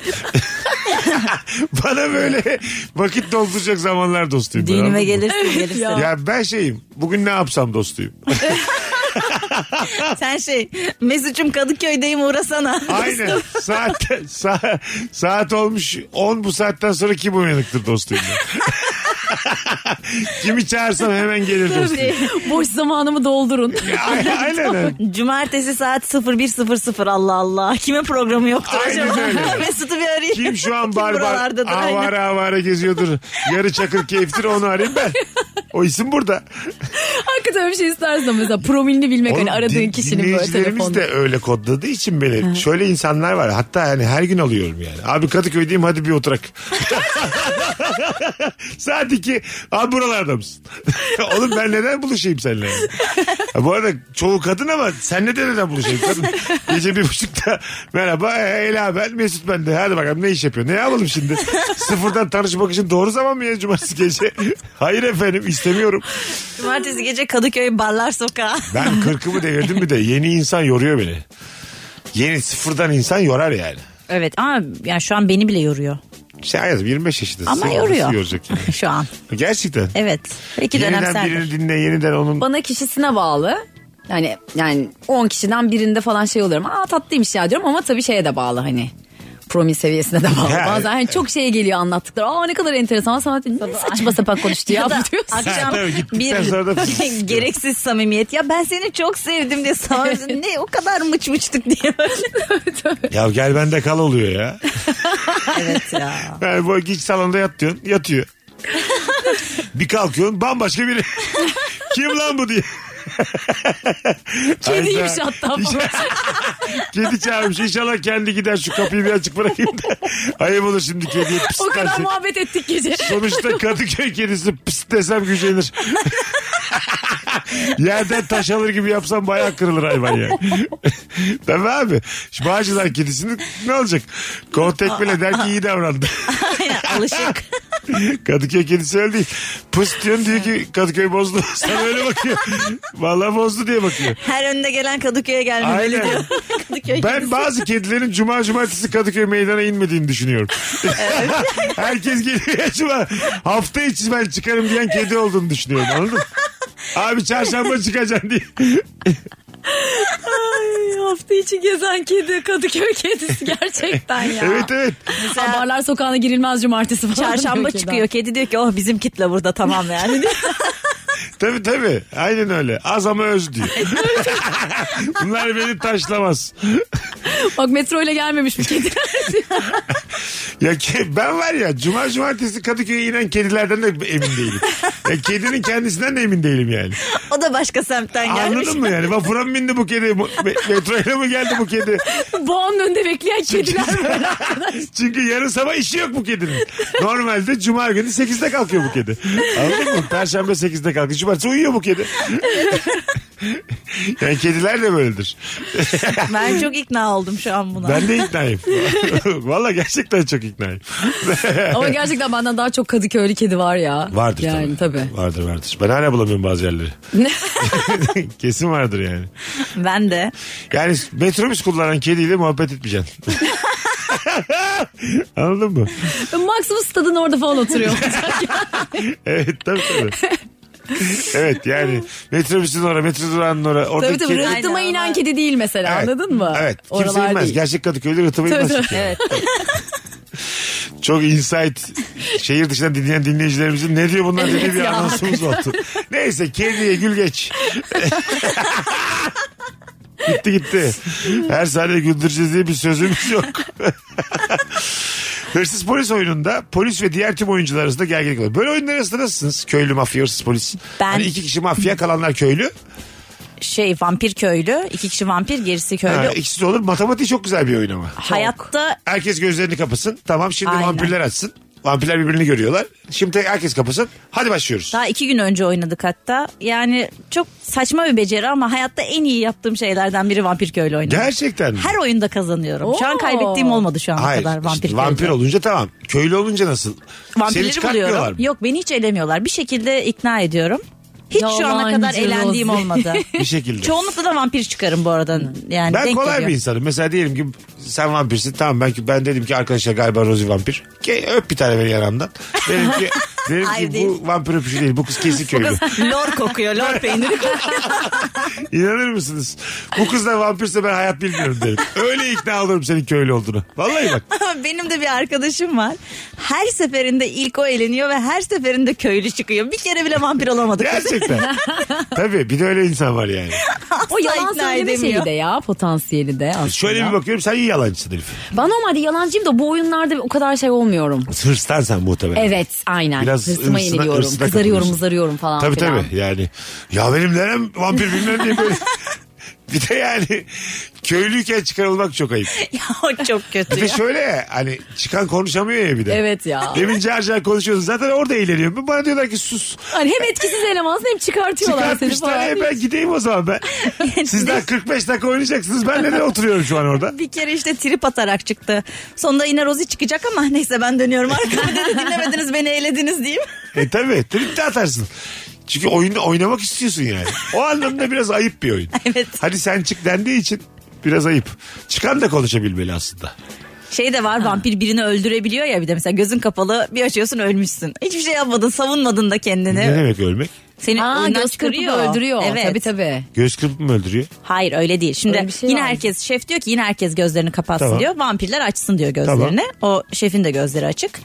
Speaker 3: [LAUGHS] Bana böyle vakit dolduracak zamanlar dostuyum. ben, anladın
Speaker 4: Düğünüme
Speaker 3: mı?
Speaker 4: gelirsin gelirsin.
Speaker 5: ya.
Speaker 3: Ya ben şeyim. Bugün ne yapsam dostuyum.
Speaker 4: Sen şey Mesut'cum Kadıköy'deyim uğrasana.
Speaker 3: [LAUGHS] Aynen. Saat, sa- saat olmuş 10 bu saatten sonra kim uyanıktır dostum? Kimi çağırsam hemen gelir dostum.
Speaker 5: Boş zamanımı doldurun.
Speaker 3: Aynen, aynen.
Speaker 4: [LAUGHS] Cumartesi saat 01.00 Allah Allah. Kime programı yoktur
Speaker 3: Aynen
Speaker 4: acaba?
Speaker 3: öyle.
Speaker 4: [LAUGHS] Mesut'u bir arayayım.
Speaker 3: Kim şu an bar bar
Speaker 4: buralardadır? Aynen.
Speaker 3: avara avara geziyordur. Yarı çakır keyiftir onu arayayım ben. O isim burada.
Speaker 5: [LAUGHS] Hakikaten öyle bir şey istersen mesela promilini bilmek
Speaker 3: Oğlum,
Speaker 5: hani aradığın
Speaker 3: din-
Speaker 5: kişinin böyle
Speaker 3: dinleyicilerimiz
Speaker 5: telefonda.
Speaker 3: de öyle kodladığı için beni. Şöyle insanlar var. Hatta yani her gün alıyorum yani. Abi Kadıköy'deyim hadi bir oturak. [LAUGHS] Saat 2. Abi buralarda mısın? [LAUGHS] Oğlum ben neden buluşayım seninle? yani? Ha, bu arada çoğu kadın ama senle de neden buluşayım?
Speaker 5: [LAUGHS]
Speaker 3: Kadın gece bir buçukta merhaba e, Ela ben Mesut ben de. Hadi bakalım ne iş yapıyor? Ne yapalım şimdi? Sıfırdan tanışmak için doğru zaman mı ya cumartesi gece? [LAUGHS] Hayır efendim istemiyorum.
Speaker 4: Cumartesi gece Kadıköy Barlar Sokağı.
Speaker 3: Ben kırkımı devirdim bir de yeni insan yoruyor beni. Yeni sıfırdan insan yorar yani.
Speaker 4: Evet ama yani şu an beni bile
Speaker 5: [LAUGHS]
Speaker 4: yoruyor.
Speaker 3: Şey hayatım 25 yaşındasın.
Speaker 4: Ama
Speaker 3: Sen
Speaker 4: yoruyor.
Speaker 3: nasıl yoracak yani?
Speaker 4: şu an.
Speaker 3: Gerçekten.
Speaker 4: Evet. Belki
Speaker 3: yeniden
Speaker 4: dönemsel.
Speaker 3: birini dinle yeniden onun.
Speaker 5: Bana kişisine bağlı. Yani yani 10 kişiden birinde falan şey oluyorum. Aa tatlıymış ya diyorum ama tabii şeye de bağlı hani. Promil seviyesine de bağlı.
Speaker 3: Ya,
Speaker 5: Bazen hani çok şeye geliyor anlattıkları. Aa ne kadar enteresan. Sana ne saçma sapan konuştu ya,
Speaker 4: Ya da
Speaker 5: [LAUGHS] diyorsun.
Speaker 4: akşam
Speaker 3: tabii gittikten sonra da-
Speaker 4: bir [LAUGHS] gereksiz samimiyet. Ya ben seni çok sevdim diye sağ [LAUGHS] ne o kadar mıç mıçtık diye.
Speaker 3: Ya gel bende kal oluyor ya.
Speaker 4: [LAUGHS] evet ya.
Speaker 3: Yani bu hiç salonda yat diyorsun, yatıyor. bir kalkıyorsun bambaşka biri. Kim lan bu diye.
Speaker 5: Kediymiş
Speaker 3: Ayda-
Speaker 5: hatta falan.
Speaker 3: [LAUGHS] Kedi çağırmış. İnşallah kendi gider şu kapıyı bir açık bırakayım da. Ayıp olur şimdi kediye
Speaker 5: o kadar
Speaker 3: pislenecek.
Speaker 5: muhabbet ettik gece.
Speaker 3: Sonuçta Kadıköy kedisi pıs desem gücenir. Yerden taş alır gibi yapsam bayağı kırılır hayvan yani. Tabii abi. Şu Bağcılar kedisini ne olacak? Kontek bile der ki iyi davrandı.
Speaker 4: Aynen
Speaker 5: [LAUGHS]
Speaker 4: alışık.
Speaker 3: [LAUGHS] Kadıköy kedisi öyle değil. Pıs diyorsun diyor ki Kadıköy bozdu. [LAUGHS] Sana öyle bakıyor. Vallahi bozdu diye bakıyor.
Speaker 4: Her önde gelen Kadıköy'e gelmemeli
Speaker 3: Aynen. [LAUGHS]
Speaker 4: diyor. Kadıköy
Speaker 3: Ben bazı kedilerin cuma cumartesi Kadıköy meydana inmediğini düşünüyorum. [LAUGHS] Herkes geliyor ya cuma. Hafta içi ben çıkarım diyen kedi olduğunu düşünüyorum anladın mı? Abi çarşamba çıkacaksın diye.
Speaker 5: Hafta içi gezen kedi Kadıköy kedisi gerçekten ya.
Speaker 3: [LAUGHS] Evet evet.
Speaker 5: Aa, Barlar sokağına girilmez cumartesi falan.
Speaker 4: Çarşamba
Speaker 5: diyor kedi.
Speaker 4: çıkıyor. Kedi diyor ki oh bizim kitle burada tamam yani. [LAUGHS]
Speaker 3: Tabii tabii. Aynen öyle. Az ama öz diyor. [LAUGHS] Bunlar beni taşlamaz.
Speaker 5: Bak metro ile gelmemiş bir kedi. [LAUGHS]
Speaker 3: Ya ke- ben var ya cuma cumartesi Kadıköy'e inen kedilerden de emin değilim. Ya kedinin kendisinden de emin değilim yani.
Speaker 4: o da başka semtten gelmiş.
Speaker 3: Anladın mı yani? Vapura mı bindi bu kedi? Bu- me- Metroyla mı geldi bu kedi?
Speaker 5: Boğanın önünde bekleyen kediler.
Speaker 3: [LAUGHS] Çünkü yarın sabah işi yok bu kedinin. Normalde cuma günü 8'de kalkıyor bu kedi. Anladın mı? Perşembe 8'de kalkıyor. Cumartesi uyuyor bu
Speaker 5: [LAUGHS]
Speaker 3: kedi. yani kediler de böyledir.
Speaker 4: Ben çok ikna oldum şu an buna.
Speaker 3: Ben de iknayım. [LAUGHS] Valla gerçekten çok iknayım.
Speaker 5: Ama gerçekten benden daha çok Kadıköylü kedi var ya.
Speaker 3: Vardır
Speaker 5: yani,
Speaker 3: tabii.
Speaker 5: tabii.
Speaker 3: Vardır vardır. Ben hala bulamıyorum bazı yerleri. [LAUGHS] Kesin vardır yani.
Speaker 4: Ben de.
Speaker 3: Yani metrobüs kullanan kediyle muhabbet
Speaker 5: [LAUGHS]
Speaker 3: etmeyeceksin. Anladın mı?
Speaker 5: Maksimum stadın orada
Speaker 3: [LAUGHS]
Speaker 5: falan oturuyor.
Speaker 3: Evet tabii tabii. evet yani metrobüsün oraya, metro durağının oraya.
Speaker 5: tabii
Speaker 3: Oradaki
Speaker 5: tabii
Speaker 3: kedi-
Speaker 5: rıhtıma
Speaker 4: Aynen,
Speaker 5: inen
Speaker 4: ama-
Speaker 5: kedi değil mesela
Speaker 3: Evet.
Speaker 5: anladın mı?
Speaker 3: Evet. Kimse bilmez.
Speaker 5: değil.
Speaker 3: Gerçek Kadıköy'de rıhtıma
Speaker 5: Tabii,
Speaker 3: bilmez. kimse.
Speaker 5: tabii.
Speaker 3: [LAUGHS] Çok insight şehir dışından dinleyen dinleyicilerimizin ne diyor bunlar dediği bir
Speaker 5: ya.
Speaker 3: anonsumuz oldu. Neyse kediye gül
Speaker 5: [LAUGHS]
Speaker 3: geç. gitti gitti. Her saniye güldüreceğiz diye bir sözümüz
Speaker 5: [LAUGHS]
Speaker 3: yok. Hırsız polis oyununda polis ve diğer tüm oyuncular arasında gerginlik oluyor. Böyle oyunlar arasında nasılsınız? Köylü, mafya, hırsız, polis.
Speaker 4: Ben-
Speaker 3: Hani iki kişi mafya kalanlar köylü.
Speaker 4: Şey vampir köylü. iki kişi vampir gerisi köylü.
Speaker 3: Ha, ikisi de olur. Matematiği çok güzel bir oyun ama.
Speaker 4: Hayatta
Speaker 3: Herkes gözlerini kapasın. Tamam şimdi
Speaker 4: Aynen.
Speaker 3: vampirler açsın. Vampirler birbirini görüyorlar. Şimdi herkes kapasın. Hadi başlıyoruz.
Speaker 4: daha iki gün önce oynadık hatta. Yani çok saçma bir beceri ama hayatta en iyi yaptığım şeylerden biri vampir köylü oynamak.
Speaker 3: Gerçekten mi?
Speaker 4: Her oyunda kazanıyorum. Şu an
Speaker 5: Oo.
Speaker 4: kaybettiğim olmadı şu ana
Speaker 3: Hayır.
Speaker 4: kadar vampir
Speaker 3: işte
Speaker 4: köylü.
Speaker 3: vampir olunca tamam. Köylü olunca nasıl? Seni
Speaker 4: Vampirleri
Speaker 3: çıkartmıyorlar mı?
Speaker 4: buluyorum. Yok beni hiç elemiyorlar. Bir şekilde ikna ediyorum. Hiç şu ana
Speaker 5: Yalancı
Speaker 4: kadar elendiğim
Speaker 5: Rosie.
Speaker 4: olmadı.
Speaker 3: [LAUGHS] Bir şekilde.
Speaker 4: Çoğunlukla da vampir çıkarım bu arada. Yani
Speaker 3: Ben
Speaker 4: denk
Speaker 3: kolay
Speaker 4: geliyor.
Speaker 3: bir insanım. Mesela diyelim ki sen vampirsin. Tamam ben ben dedim ki arkadaşlar galiba Rosie vampir. Ke- Okey öp bir tane beni yanamdan. Derim
Speaker 4: [LAUGHS]
Speaker 3: ki, derim
Speaker 4: Hayır
Speaker 3: ki
Speaker 4: değil.
Speaker 3: bu vampir öpüşü değil bu kız
Speaker 4: [LAUGHS]
Speaker 3: kesin köylü.
Speaker 4: lor kokuyor lor peyniri.
Speaker 3: [LAUGHS] İnanır mısınız? Bu kız da vampirse ben hayat bilmiyorum derim. Öyle ikna olurum senin köylü olduğunu. Vallahi bak.
Speaker 4: Ama Benim de bir arkadaşım var. Her seferinde ilk o eleniyor ve her seferinde köylü çıkıyor. Bir kere bile vampir olamadık.
Speaker 5: [LAUGHS]
Speaker 3: Gerçekten. Tabii bir de öyle insan var yani.
Speaker 5: O yalan
Speaker 4: ikna
Speaker 5: söyleme şeyi
Speaker 4: edemiyor.
Speaker 5: de ya potansiyeli de aslında.
Speaker 3: Şöyle bir bakıyorum sen iyi yalancısın herif.
Speaker 5: Ben normalde yalancıyım da bu oyunlarda o kadar şey olmuyorum.
Speaker 3: Hırstan sen muhtemelen.
Speaker 5: Evet aynen.
Speaker 3: Biraz
Speaker 5: Hırsıma
Speaker 3: hırsına-
Speaker 5: yeniliyorum.
Speaker 3: hırsına
Speaker 5: Kızarıyorum
Speaker 3: kapılıyorsun.
Speaker 5: mızarıyorum falan
Speaker 3: Tabii
Speaker 5: filan.
Speaker 3: tabii yani. Ya benim nerem vampir bilmem diye
Speaker 5: [LAUGHS]
Speaker 3: böyle. bir de yani köylüyken çıkarılmak çok ayıp.
Speaker 4: ya o çok
Speaker 3: Bir
Speaker 4: kötü.
Speaker 3: de
Speaker 4: ya.
Speaker 3: şöyle ya, hani çıkan konuşamıyor ya bir de. [LAUGHS]
Speaker 5: Evet ya.
Speaker 3: Demin car car konuşuyorsun zaten orada eğleniyorum. Bana diyorlar ki sus.
Speaker 5: Hani hem etkisiz elemansın hem çıkartıyorlar seni
Speaker 3: Çıkartmışlar
Speaker 5: falan.
Speaker 3: e ben gideyim o
Speaker 5: [LAUGHS]
Speaker 3: zaman ben. Sizden 45 dakika oynayacaksınız. Ben neden oturuyorum şu an orada?
Speaker 4: Bir kere işte trip atarak çıktı. Sonunda yine Rozi çıkacak ama [LAUGHS] neyse ben dönüyorum arkama dedi dinlemediniz beni eğlediniz diyeyim.
Speaker 3: E tabi trip de atarsın. Çünkü oyun, oynamak istiyorsun yani. O anlamda biraz ayıp bir oyun.
Speaker 4: [LAUGHS] Evet.
Speaker 3: Hadi sen çık dendiği için biraz ayıp. Çıkan da konuşabilmeli aslında.
Speaker 4: Şey de var vampir birini öldürebiliyor ya bir de mesela gözün kapalı bir açıyorsun ölmüşsün. Hiçbir şey yapmadın savunmadın da
Speaker 3: Ne
Speaker 4: kendini.
Speaker 3: demek ölmek?
Speaker 4: Seni
Speaker 5: Aa,
Speaker 4: oyundan
Speaker 5: göz kırpıp
Speaker 4: çıkarıyor.
Speaker 5: öldürüyor.
Speaker 4: Evet.
Speaker 5: Tabii tabii.
Speaker 3: Göz kırpıp mı öldürüyor?
Speaker 4: Hayır öyle değil. Şimdi
Speaker 5: Öyle bir şey
Speaker 4: yine
Speaker 5: var.
Speaker 4: herkes şef diyor ki yine herkes gözlerini kapatsın
Speaker 3: Tamam.
Speaker 4: diyor. Vampirler açsın diyor gözlerini. O şefin de gözleri açık.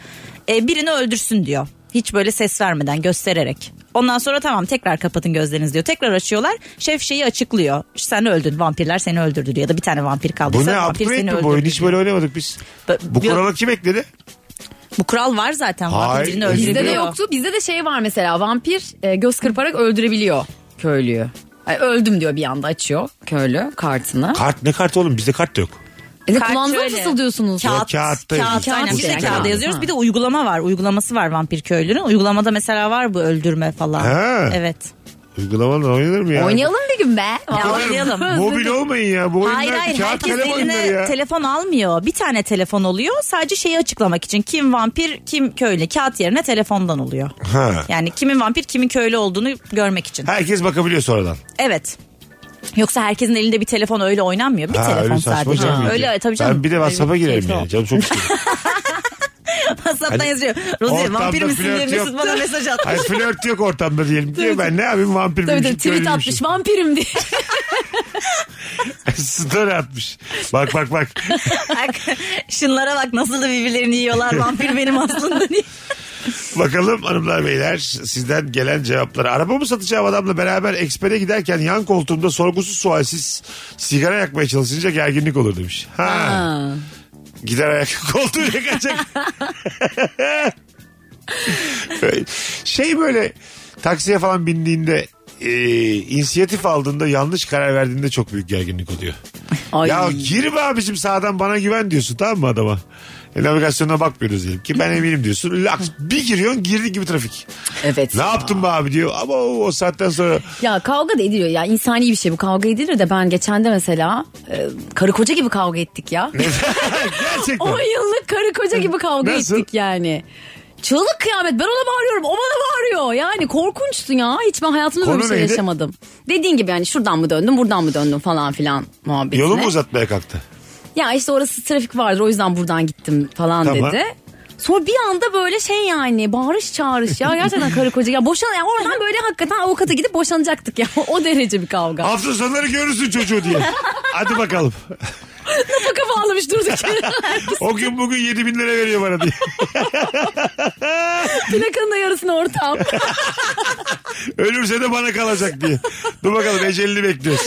Speaker 4: E, birini öldürsün diyor. Hiç böyle ses vermeden göstererek. Ondan sonra tamam tekrar kapatın gözlerinizi diyor. Tekrar açıyorlar. Şef şeyi açıklıyor. Sen öldün vampirler seni öldürdü diyor. Ya da bir tane vampir kaldı.
Speaker 3: Bu ne
Speaker 4: vampir
Speaker 3: upgrade
Speaker 4: seni
Speaker 3: mi bu oyun?
Speaker 4: öldürdü
Speaker 3: Hiç
Speaker 4: diyor.
Speaker 3: böyle oynamadık biz.
Speaker 4: Ba-
Speaker 3: Bu
Speaker 4: bir-
Speaker 3: kurala kim ekledi?
Speaker 4: Bu kural var zaten.
Speaker 3: Hayır,
Speaker 4: Vampir birini
Speaker 3: bizde de
Speaker 5: Bizde de
Speaker 4: öldürüyor.
Speaker 5: yoktu. Bizde de şey var mesela vampir e, göz kırparak öldürebiliyor köylüyü. Ay, öldüm diyor bir anda açıyor köylü kartını.
Speaker 3: Kart ne kartı oğlum? Bizde kart da yok.
Speaker 5: E de
Speaker 4: Kart
Speaker 5: kulağınıza mı
Speaker 4: şöyle.
Speaker 5: fısıldıyorsunuz?
Speaker 4: Kağıt, kağıt,
Speaker 3: kağıtta yazıyor.
Speaker 4: aynen.
Speaker 5: Kağıt şey
Speaker 4: Biz de
Speaker 5: yani.
Speaker 4: kağıda
Speaker 5: Ha.
Speaker 4: yazıyoruz. Bir de uygulama var. Uygulaması var vampir köylünün. Uygulamada mesela var bu öldürme falan.
Speaker 3: Ha.
Speaker 4: Evet.
Speaker 3: Uygulamalar oynanır mı ya?
Speaker 5: Oynayalım bir gün be.
Speaker 4: Ya oynayalım.
Speaker 3: [LAUGHS] Mobil olmayın ya. Bu oyunlar
Speaker 4: Hayır hayır
Speaker 3: kağıt
Speaker 4: herkes
Speaker 3: kalem oyunları
Speaker 4: eline
Speaker 3: ya.
Speaker 4: telefon almıyor. Bir tane telefon oluyor. Sadece şeyi açıklamak için kim vampir kim köylü kağıt yerine
Speaker 3: [LAUGHS]
Speaker 4: telefondan oluyor.
Speaker 3: Ha.
Speaker 4: Yani kimin vampir kimin köylü olduğunu görmek için.
Speaker 3: Herkes bakabiliyor sonradan.
Speaker 4: Evet. Yoksa herkesin elinde bir telefon öyle oynanmıyor. Bir
Speaker 3: Ha,
Speaker 4: telefon
Speaker 3: öyle saçma
Speaker 4: sadece.
Speaker 3: canım.
Speaker 4: Öyle tabii canım.
Speaker 3: Ben bir de
Speaker 4: Öyle
Speaker 3: WhatsApp'a girerim
Speaker 4: keyfi
Speaker 3: yani.
Speaker 4: yok.
Speaker 3: Canım çok istiyor.
Speaker 4: WhatsApp'tan
Speaker 3: Hani
Speaker 4: yazıyor. Rozi
Speaker 3: ortamda
Speaker 4: vampir misin diye
Speaker 3: flört
Speaker 4: Mesut
Speaker 3: yok.
Speaker 4: bana [LAUGHS]
Speaker 3: [LAUGHS]
Speaker 4: mesaj attı.
Speaker 3: Hayır flört yok ortamda diyelim. Diye ben ne yapayım vampir
Speaker 5: Tabii tabii
Speaker 3: miymişim,
Speaker 5: tweet
Speaker 3: köylüymüşüm.
Speaker 5: atmış vampirim diye.
Speaker 3: [LAUGHS] Story atmış. Bak bak
Speaker 5: [LAUGHS]
Speaker 3: bak.
Speaker 4: Bak, Şunlara bak nasıl da birbirlerini yiyorlar. Vampir benim aslında diye.
Speaker 3: Bakalım hanımlar beyler sizden gelen cevapları. Araba mı satacağım adamla beraber ekspere giderken yan koltuğumda sorgusuz sualsiz sigara yakmaya çalışınca gerginlik olur demiş. Ha. Gider ayak [LAUGHS] koltuğu yakacak. şey böyle taksiye falan bindiğinde e, inisiyatif aldığında yanlış karar verdiğinde çok büyük gerginlik oluyor.
Speaker 5: Ay.
Speaker 3: Ya girme abicim sağdan bana güven diyorsun tamam mı adama? E, navigasyona bakmıyoruz diyelim ki ben eminim diyorsun. Lak, bir giriyorsun girdi gibi trafik.
Speaker 5: Evet.
Speaker 3: Ne
Speaker 5: ya.
Speaker 3: yaptın be abi diyor. Ama o, o saatten
Speaker 5: [LAUGHS]
Speaker 3: sonra
Speaker 5: Ya kavga da ediliyor ya insani bir şey bu kavga edilir de ben geçen de mesela e, karı koca gibi kavga ettik ya. [LAUGHS]
Speaker 3: gerçekten.
Speaker 5: 10 yıllık karı koca gibi kavga
Speaker 3: Nasıl?
Speaker 5: ettik yani. Çığlık kıyamet ben ona bağırıyorum o bana bağırıyor yani korkunçtu ya hiç ben hayatımda böyle
Speaker 3: Konu
Speaker 5: bir şey
Speaker 3: neydi?
Speaker 5: yaşamadım. Dediğin gibi yani şuradan mı döndüm buradan mı döndüm falan filan muhabbetine.
Speaker 3: Yolu mu uzatmaya kalktı?
Speaker 5: Ya işte orası trafik vardır o yüzden buradan gittim falan
Speaker 3: Tamam.
Speaker 5: dedi. Sonra bir anda böyle şey yani bağırış çağırış ya gerçekten karı koca. Ya boşan ya oradan böyle hakikaten avukata gidip boşanacaktık ya. [LAUGHS] O derece bir kavga.
Speaker 3: Hafta sonları görürsün çocuğu diye. Hadi bakalım.
Speaker 5: Kafa kafa ağlamış durduk [LAUGHS] yere.
Speaker 3: O gün bugün 7 bin lira veriyor bana diye. [LAUGHS]
Speaker 5: Plakanın da yarısını
Speaker 3: [LAUGHS]
Speaker 5: ortam.
Speaker 3: Ölürse de bana kalacak diye. Dur bakalım ecelini bekliyoruz.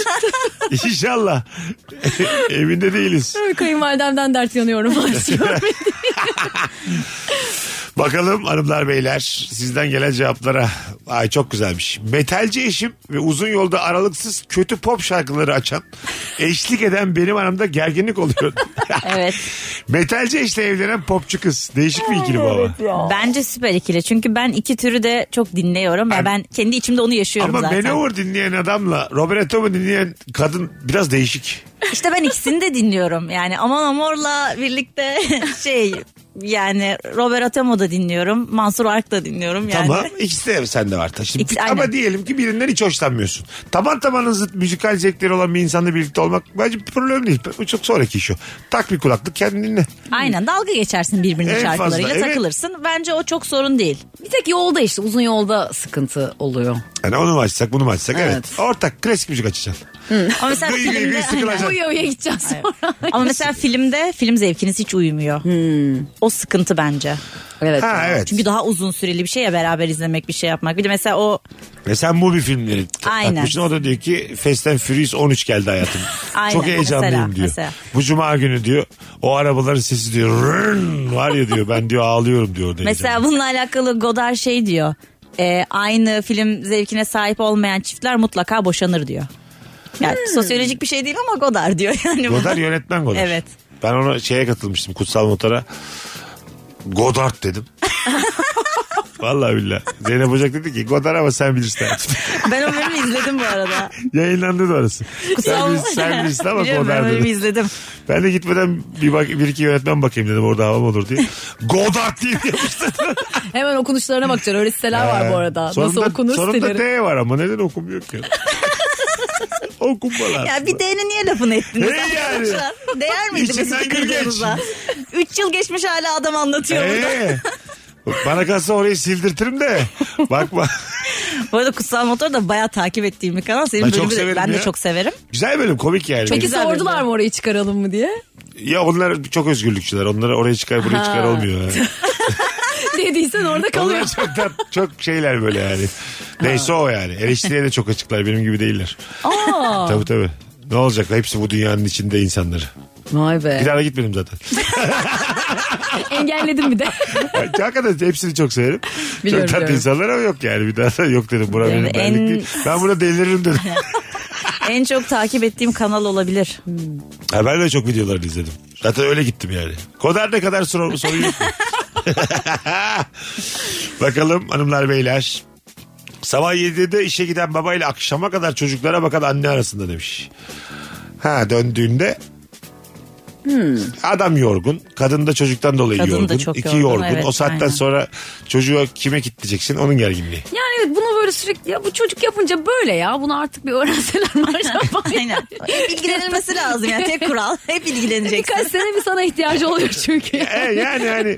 Speaker 3: İnşallah. [LAUGHS] Evinde değiliz.
Speaker 5: Kayınvalidemden
Speaker 3: [LAUGHS]
Speaker 5: dert yanıyorum.
Speaker 3: Bakalım hanımlar beyler sizden gelen cevaplara. Ay çok güzelmiş. Metalci eşim ve uzun yolda aralıksız kötü pop şarkıları açan eşlik eden benim aramda gerginlik oluyor.
Speaker 4: [LAUGHS] Evet.
Speaker 3: Metalci eşle evlenen popçu kız. Değişik bir ikili bu ama.
Speaker 4: [LAUGHS] Bence süper ikili. Çünkü ben iki türü de çok dinliyorum. Ya ben kendi içimde onu yaşıyorum
Speaker 3: Ama
Speaker 4: zaten.
Speaker 3: Manowar dinleyen adamla Roberto mu dinleyen kadın biraz değişik.
Speaker 4: İşte ben ikisini de dinliyorum. Yani Aman Amor'la birlikte [LAUGHS] şey yani Robert Atemo da dinliyorum. Mansur Ark da dinliyorum yani.
Speaker 3: Tamam. İkisi de sende var taşın.
Speaker 4: İkisi-
Speaker 3: Ama
Speaker 4: aynen.
Speaker 3: diyelim ki birinden hiç hoşlanmıyorsun. Taban tabana zıt müzikal zevkleri olan bir insanla birlikte olmak bence bir problem değil. Bu çok sonraki iş o. Tak bir kulaklık kendini dinle.
Speaker 4: Aynen dalga geçersin birbirinin
Speaker 3: En
Speaker 4: şarkılarıyla
Speaker 3: fazla, evet.
Speaker 4: takılırsın. Bence o çok sorun değil.
Speaker 5: Bir tek yolda işte uzun yolda sıkıntı oluyor.
Speaker 3: Yani onu mu açsak bunu mu açsak evet.
Speaker 5: Evet.
Speaker 3: Ortak klasik müzik açacaksın.
Speaker 4: Ama mesela
Speaker 3: Gıy gıy gıy
Speaker 4: filmde
Speaker 3: sıkılacaksın.
Speaker 5: Uya uya
Speaker 4: [LAUGHS]
Speaker 5: gideceğiz sonra.
Speaker 4: ama mesela filmde film zevkiniz hiç uymuyor. O sıkıntı bence.
Speaker 5: evet.
Speaker 3: Ha evet.
Speaker 4: Çünkü daha uzun süreli bir şey ya beraber izlemek bir şey yapmak. Bir de mesela o
Speaker 3: Ve sen movie filmleri ta-
Speaker 4: Aynen.
Speaker 3: takmışsın. O da diyor ki Fast and Furious 13 geldi hayatım.
Speaker 4: Aynen,
Speaker 3: Çok heyecanlıyım
Speaker 4: mesela,
Speaker 3: diyor.
Speaker 4: mesela.
Speaker 3: Bu cuma günü diyor o arabaların sesi diyor "Rrrn" var ya diyor ben diyor ağlıyorum diyor. orada
Speaker 4: Mesela
Speaker 3: heyecanla.
Speaker 4: bununla alakalı Godard şey diyor. E, aynı film zevkine sahip olmayan çiftler mutlaka boşanır diyor. Yani sosyolojik bir şey değil ama Godard diyor [LAUGHS] yani. bu.
Speaker 3: Hmm. Godard yönetmen Godard.
Speaker 4: Evet.
Speaker 3: Ben ona şeye katılmıştım kutsal motora. Godard dedim. Vallahi billahi. Zeynep Ocak dedi ki Godard ama sen bilirsin. artık."
Speaker 4: Ben o bölümü izledim bu
Speaker 3: [LAUGHS]
Speaker 4: arada.
Speaker 3: Yayınlandı da orası. Sen, bilirsin, sen bilirsin ama
Speaker 4: Biliyorum, ben
Speaker 3: Godard
Speaker 4: o
Speaker 3: dedim.
Speaker 4: bölümü izledim.
Speaker 3: Ben de gitmeden bir, bak, bir iki yönetmen bakayım dedim orada havam olur diye. [LAUGHS] Godard diye [LAUGHS] yapmıştı.
Speaker 5: Hemen okunuşlarına bakacağız. Öyle siteler
Speaker 3: Ee,
Speaker 5: var bu arada.
Speaker 3: Sonunda-
Speaker 5: Nasıl okunur
Speaker 3: Sonunda
Speaker 5: siteleri.
Speaker 3: D var ama neden okunmuyor
Speaker 5: [LAUGHS]
Speaker 3: ki? Okunmalar.
Speaker 4: Ya bir D'ni niye lafını ettiniz?
Speaker 3: Hey yani.
Speaker 4: arkadaşlar? Değer miydi
Speaker 3: İçinden
Speaker 4: bizim
Speaker 3: gül geç.
Speaker 4: kırdığınıza? Üç yıl geçmiş hala adam
Speaker 5: şey
Speaker 4: anlatıyor burada.
Speaker 3: Ee, bana kalsa orayı sildirtirim de.
Speaker 5: [LAUGHS]
Speaker 3: Bakma.
Speaker 4: Bu arada Kutsal Motor da bayağı takip ettiğim bir kanal. Senin
Speaker 3: Ben çok
Speaker 4: bölümü de,
Speaker 3: severim
Speaker 4: ben
Speaker 3: ya.
Speaker 4: de çok severim.
Speaker 3: Güzel bölüm komik yani.
Speaker 5: Peki
Speaker 4: Güzel
Speaker 5: sordular
Speaker 4: bölüm.
Speaker 5: mı orayı çıkaralım mı diye? [LAUGHS]
Speaker 3: Ya onlar çok özgürlükçüler. Onlara oraya çıkar buraya çıkar
Speaker 5: [LAUGHS]
Speaker 3: olmuyor. yani.
Speaker 5: Dediysen orada kalıyor.
Speaker 3: Onlar çok, tat- çok şeyler böyle yani. Neyse o yani. Eleştiriye de çok açıklar. Benim gibi değiller.
Speaker 5: Aa.
Speaker 3: Tabii tabii. Ne olacak? Hepsi bu dünyanın içinde insanları.
Speaker 5: Vay be.
Speaker 3: Bir daha da gitmedim zaten.
Speaker 5: Engelledim bir de. [LAUGHS]
Speaker 3: Ben Hakikaten hepsini çok severim.
Speaker 5: Biliyorum,
Speaker 3: çok tatlı
Speaker 5: biliyorum.
Speaker 3: insanlar ama yok yani. Bir daha da yok dedim. Bura benim
Speaker 4: Yani en-
Speaker 3: benlik değil. Ben burada deliririm dedim.
Speaker 4: En çok takip ettiğim kanal olabilir.
Speaker 3: ha, ben de çok videolarını izledim. Zaten öyle gittim yani. Kodar ne kadar sor soruyu yok mu? [LAUGHS] Bakalım hanımlar beyler. Sabah 7'de işe giden babayla akşama kadar çocuklara bakan anne arasında demiş. Ha döndüğünde adam yorgun. Kadın da çocuktan dolayı
Speaker 4: Kadın da
Speaker 3: yorgun.
Speaker 4: çok
Speaker 3: İki
Speaker 4: yorgun,
Speaker 3: yorgun.
Speaker 4: evet,
Speaker 3: o saatten
Speaker 4: aynen.
Speaker 3: sonra çocuğu kime kitleyeceksin onun
Speaker 4: [LAUGHS]
Speaker 3: gerginliği.
Speaker 5: Yani evet bunu böyle sürekli ya bu çocuk yapınca böyle ya. Bunu artık bir öğrenseler mi acaba?
Speaker 4: [LAUGHS] Aynen. Hep
Speaker 5: [LAUGHS]
Speaker 4: ilgilenilmesi lazım yani tek kural. Hep ilgileneceksin.
Speaker 5: Birkaç sene bir sana ihtiyacı oluyor
Speaker 3: [LAUGHS]
Speaker 5: çünkü.
Speaker 3: E yani hani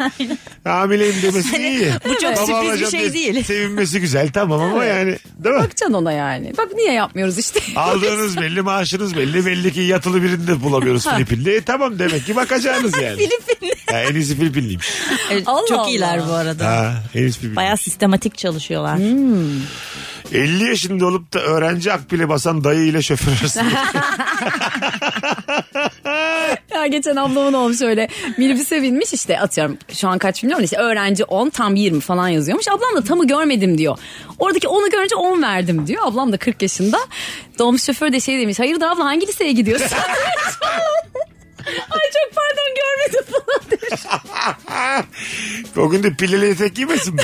Speaker 3: hamileyim demesi iyi.
Speaker 4: Hani bu çok sürpriz bir
Speaker 3: alacağım
Speaker 4: şey
Speaker 3: diye
Speaker 4: değil.
Speaker 3: Sevinmesi güzel tamam ama yani değil mi?
Speaker 5: Bakacaksın ona yani. Bak niye yapmıyoruz işte.
Speaker 3: Aldığınız belli maaşınız belli belli ki yatılı birini de bulamıyoruz Filipinli. E, tamam demek ki bakacaksınız yani. Filipinli. Ha, en iyisi Filipinliymiş.
Speaker 4: Evet,
Speaker 5: Allah
Speaker 4: çok
Speaker 5: Allah.
Speaker 4: iyiler bu arada.
Speaker 3: Ha, en iyisi Filipinli.
Speaker 4: Bayağı sistematik çalışıyorlar.
Speaker 3: 50 yaşında olup da öğrenci akbile basan dayı ile şoför arasında. [LAUGHS]
Speaker 5: Ya geçen ablamın olmuş öyle minibüse binmiş işte atıyorum şu an kaç bilmiyorum da işte öğrenci 10 tam 20 falan yazıyormuş. Ablam da tamı görmedim diyor. Oradaki 10'u görünce 10 verdim diyor. Ablam da 40 yaşında. Dolmuş şoför de şey demiş hayırdır abla hangi liseye gidiyorsun? [LAUGHS] Ay çok pardon görmedim falan demiş.
Speaker 3: o gün de pileli etek giymesin mi?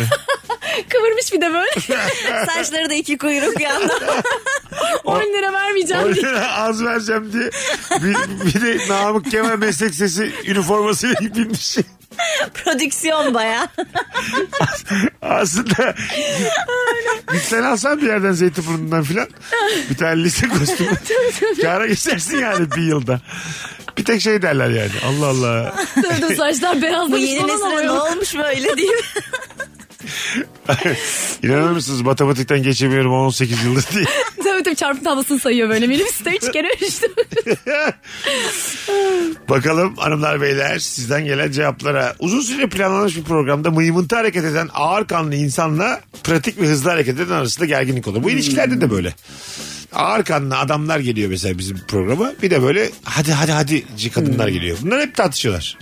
Speaker 5: Kıvırmış bir de böyle.
Speaker 4: [LAUGHS] Saçları da iki kuyruk
Speaker 5: [LAUGHS]
Speaker 4: yanda.
Speaker 5: 10 lira vermeyeceğim
Speaker 3: O
Speaker 5: diye.
Speaker 3: yüzden az vereceğim diye bir, bir de Namık Kemal meslek sesi üniformasıyla binmiş.
Speaker 4: Prodüksiyon bayağı.
Speaker 3: Aslında gitsen alsan bir yerden Zeytinburnu'ndan filan bir tane lise kostümü kâra geçersin yani bir yılda. Bir tek şey derler yani Allah Allah.
Speaker 5: Dur dur saçlar
Speaker 4: Bu
Speaker 5: beyazlamış
Speaker 4: yeni
Speaker 5: falan
Speaker 4: nesile ne
Speaker 5: oluyor.
Speaker 4: olmuş böyle diye.
Speaker 3: İnanır mısınız matematikten geçemiyorum 18 yıldır diye.
Speaker 5: Tabii tabii çarpı tablasını sayıyor böyle minibüste
Speaker 4: [LAUGHS]
Speaker 5: 3 kere 3
Speaker 3: Bakalım hanımlar beyler sizden gelen cevaplara. Uzun süre planlanmış bir programda mıymıntı hareket eden ağır kanlı insanla pratik ve hızlı hareket eden arasında gerginlik olur. Bu ilişkilerde de böyle. Ağır kanlı adamlar geliyor mesela bizim programa. Bir de böyle hadi hadi hadi kadınlar geliyor. Bunlar hep tartışıyorlar.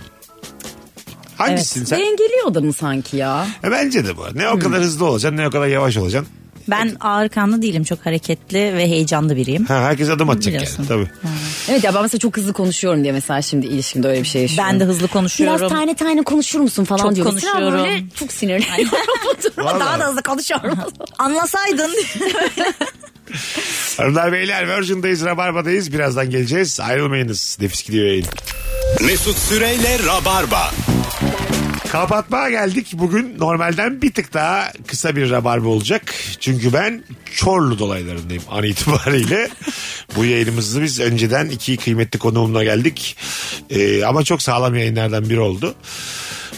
Speaker 3: Hangisin sen?
Speaker 5: Dengeliyor adamı sanki ya.
Speaker 3: E, Bence de bu. Ne o kadar hızlı olacaksın ne o kadar yavaş olacaksın.
Speaker 4: [LAUGHS] Ben ağır kanlı değilim. Çok hareketli ve heyecanlı biriyim.
Speaker 3: Ha, herkes adım atacak
Speaker 4: Biliyorsun.
Speaker 3: yani tabii.
Speaker 5: Evet ya ben mesela çok hızlı konuşuyorum diye mesela şimdi ilişkimde öyle bir şey yaşıyorum.
Speaker 4: Ben de hızlı konuşuyorum.
Speaker 5: Biraz tane tane konuşur musun falan
Speaker 4: Çok
Speaker 5: diyor.
Speaker 4: konuşuyorum.
Speaker 5: Mesela böyle çok sinirleniyorum.
Speaker 3: Vallahi.
Speaker 4: [LAUGHS]
Speaker 5: Daha da hızlı konuşuyorum.
Speaker 4: Anlasaydın.
Speaker 3: Hanımlar beyler Virgin'dayız Rabarba'dayız. Birazdan geleceğiz. Ayrılmayınız. Nefis gidiyor yayın.
Speaker 2: Mesut Süreyle Rabarba.
Speaker 3: Kapatmaya geldik. Bugün normalden bir tık daha kısa bir rabarba olacak. Çünkü ben Çorlu dolaylarındayım an itibariyle. Bu yayınımızı biz önceden iki kıymetli konuğumla geldik. Ee, ama çok sağlam yayınlardan biri oldu.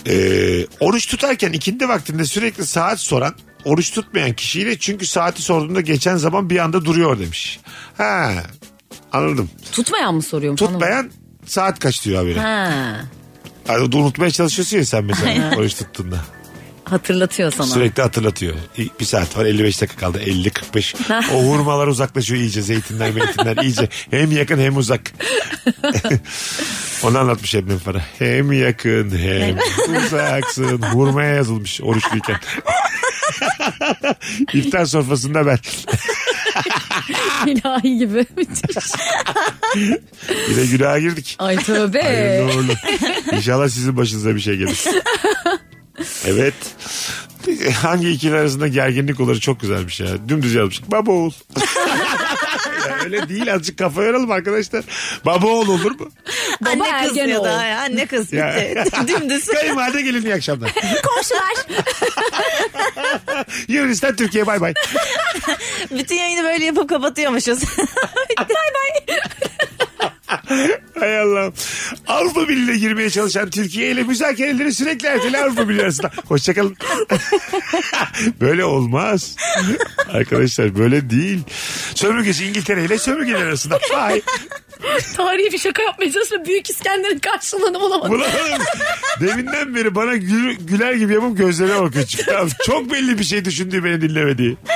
Speaker 3: Ee, oruç tutarken ikindi vaktinde sürekli saat soran oruç tutmayan kişiyle çünkü saati sorduğunda geçen zaman bir anda duruyor demiş. Ha anladım.
Speaker 5: Tutmayan mı soruyorum?
Speaker 3: Tutmayan saat kaç diyor habire.
Speaker 5: Ha,
Speaker 3: Yani unutmaya çalışıyorsun ya sen mesela oruç tuttuğunda.
Speaker 5: hatırlatıyor sana.
Speaker 3: Sürekli hatırlatıyor. İlk Bir saat var 55 dakika kaldı 50-45. o hurmalar uzaklaşıyor iyice zeytinler meytinler iyice. Hem yakın hem uzak. Onu anlatmış Ebnem Fara. Hem yakın hem uzaksın. Hurmaya yazılmış oruçluyken. İftar sofrasında ben.
Speaker 5: [LAUGHS] İlahi gibi. [LAUGHS]
Speaker 3: Yine günaha girdik.
Speaker 5: Ay tövbe.
Speaker 3: Hayırlı uğurlu. İnşallah sizin başınıza bir şey gelir. Evet. Hangi ikili arasında gerginlik olur çok güzelmiş ya. Dümdüz yazmış. Baba oğul. Ya öyle değil azıcık kafa yoralım arkadaşlar. Baba oğul olur mu?
Speaker 5: Baba
Speaker 4: anne kız
Speaker 5: ergen
Speaker 4: ya
Speaker 5: oğul.
Speaker 4: da ya, anne kız bir de. [LAUGHS] Dümdüz.
Speaker 3: [LAUGHS] Kayınvalide gelin iyi akşamlar.
Speaker 5: Komşular.
Speaker 3: Yunanistan Türkiye bay bay.
Speaker 4: Bütün yayını böyle yapıp kapatıyormuşuz.
Speaker 3: Hay Allah'ım. Avrupa Birliği'ne girmeye çalışan Türkiye ile müzakereleri sürekli erteli Avrupa Birliği arasında. Hoşçakalın. [LAUGHS] böyle olmaz. Arkadaşlar böyle değil. Sömürgesi İngiltere ile sömürgeler arasında. Bay.
Speaker 5: Tarihi bir şaka yapmaya çalıştım. Büyük İskender'in karşılığını bulamadım.
Speaker 3: Bulamadım. Deminden beri bana gül- güler gibi yapıp gözlerine bakıyor. Çünkü Tamam, çok belli bir şey düşündüğü beni dinlemediği. [LAUGHS]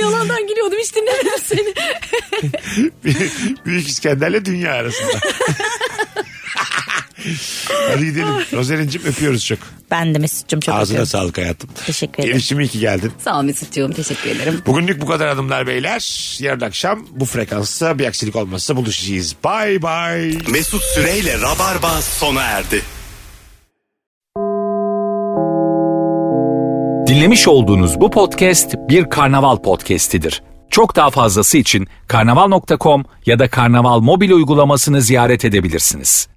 Speaker 5: Yalandan gülüyordum hiç dinlemedim
Speaker 3: [LAUGHS]
Speaker 5: seni.
Speaker 3: Büyük İskender'le dünya arasında. [LAUGHS] Hadi gidelim. Rozerin'cim öpüyoruz çok.
Speaker 4: ben de Mesut'cum çok
Speaker 3: Ağzına
Speaker 4: öpüyorum.
Speaker 3: sağlık hayatım.
Speaker 4: Teşekkür ederim.
Speaker 3: Gelişimi iyi ki geldin.
Speaker 5: Sağ ol Mesut'cuğum teşekkür ederim.
Speaker 3: Bugünlük bu kadar hanımlar beyler. Yarın akşam bu frekansta bir aksilik olmazsa buluşacağız. Bay bay.
Speaker 2: Mesut Süreyle Rabarba sona erdi.
Speaker 1: Dinlemiş olduğunuz bu podcast bir karnaval podcastidir. Çok daha fazlası için karnaval.com ya da karnaval mobil uygulamasını ziyaret edebilirsiniz.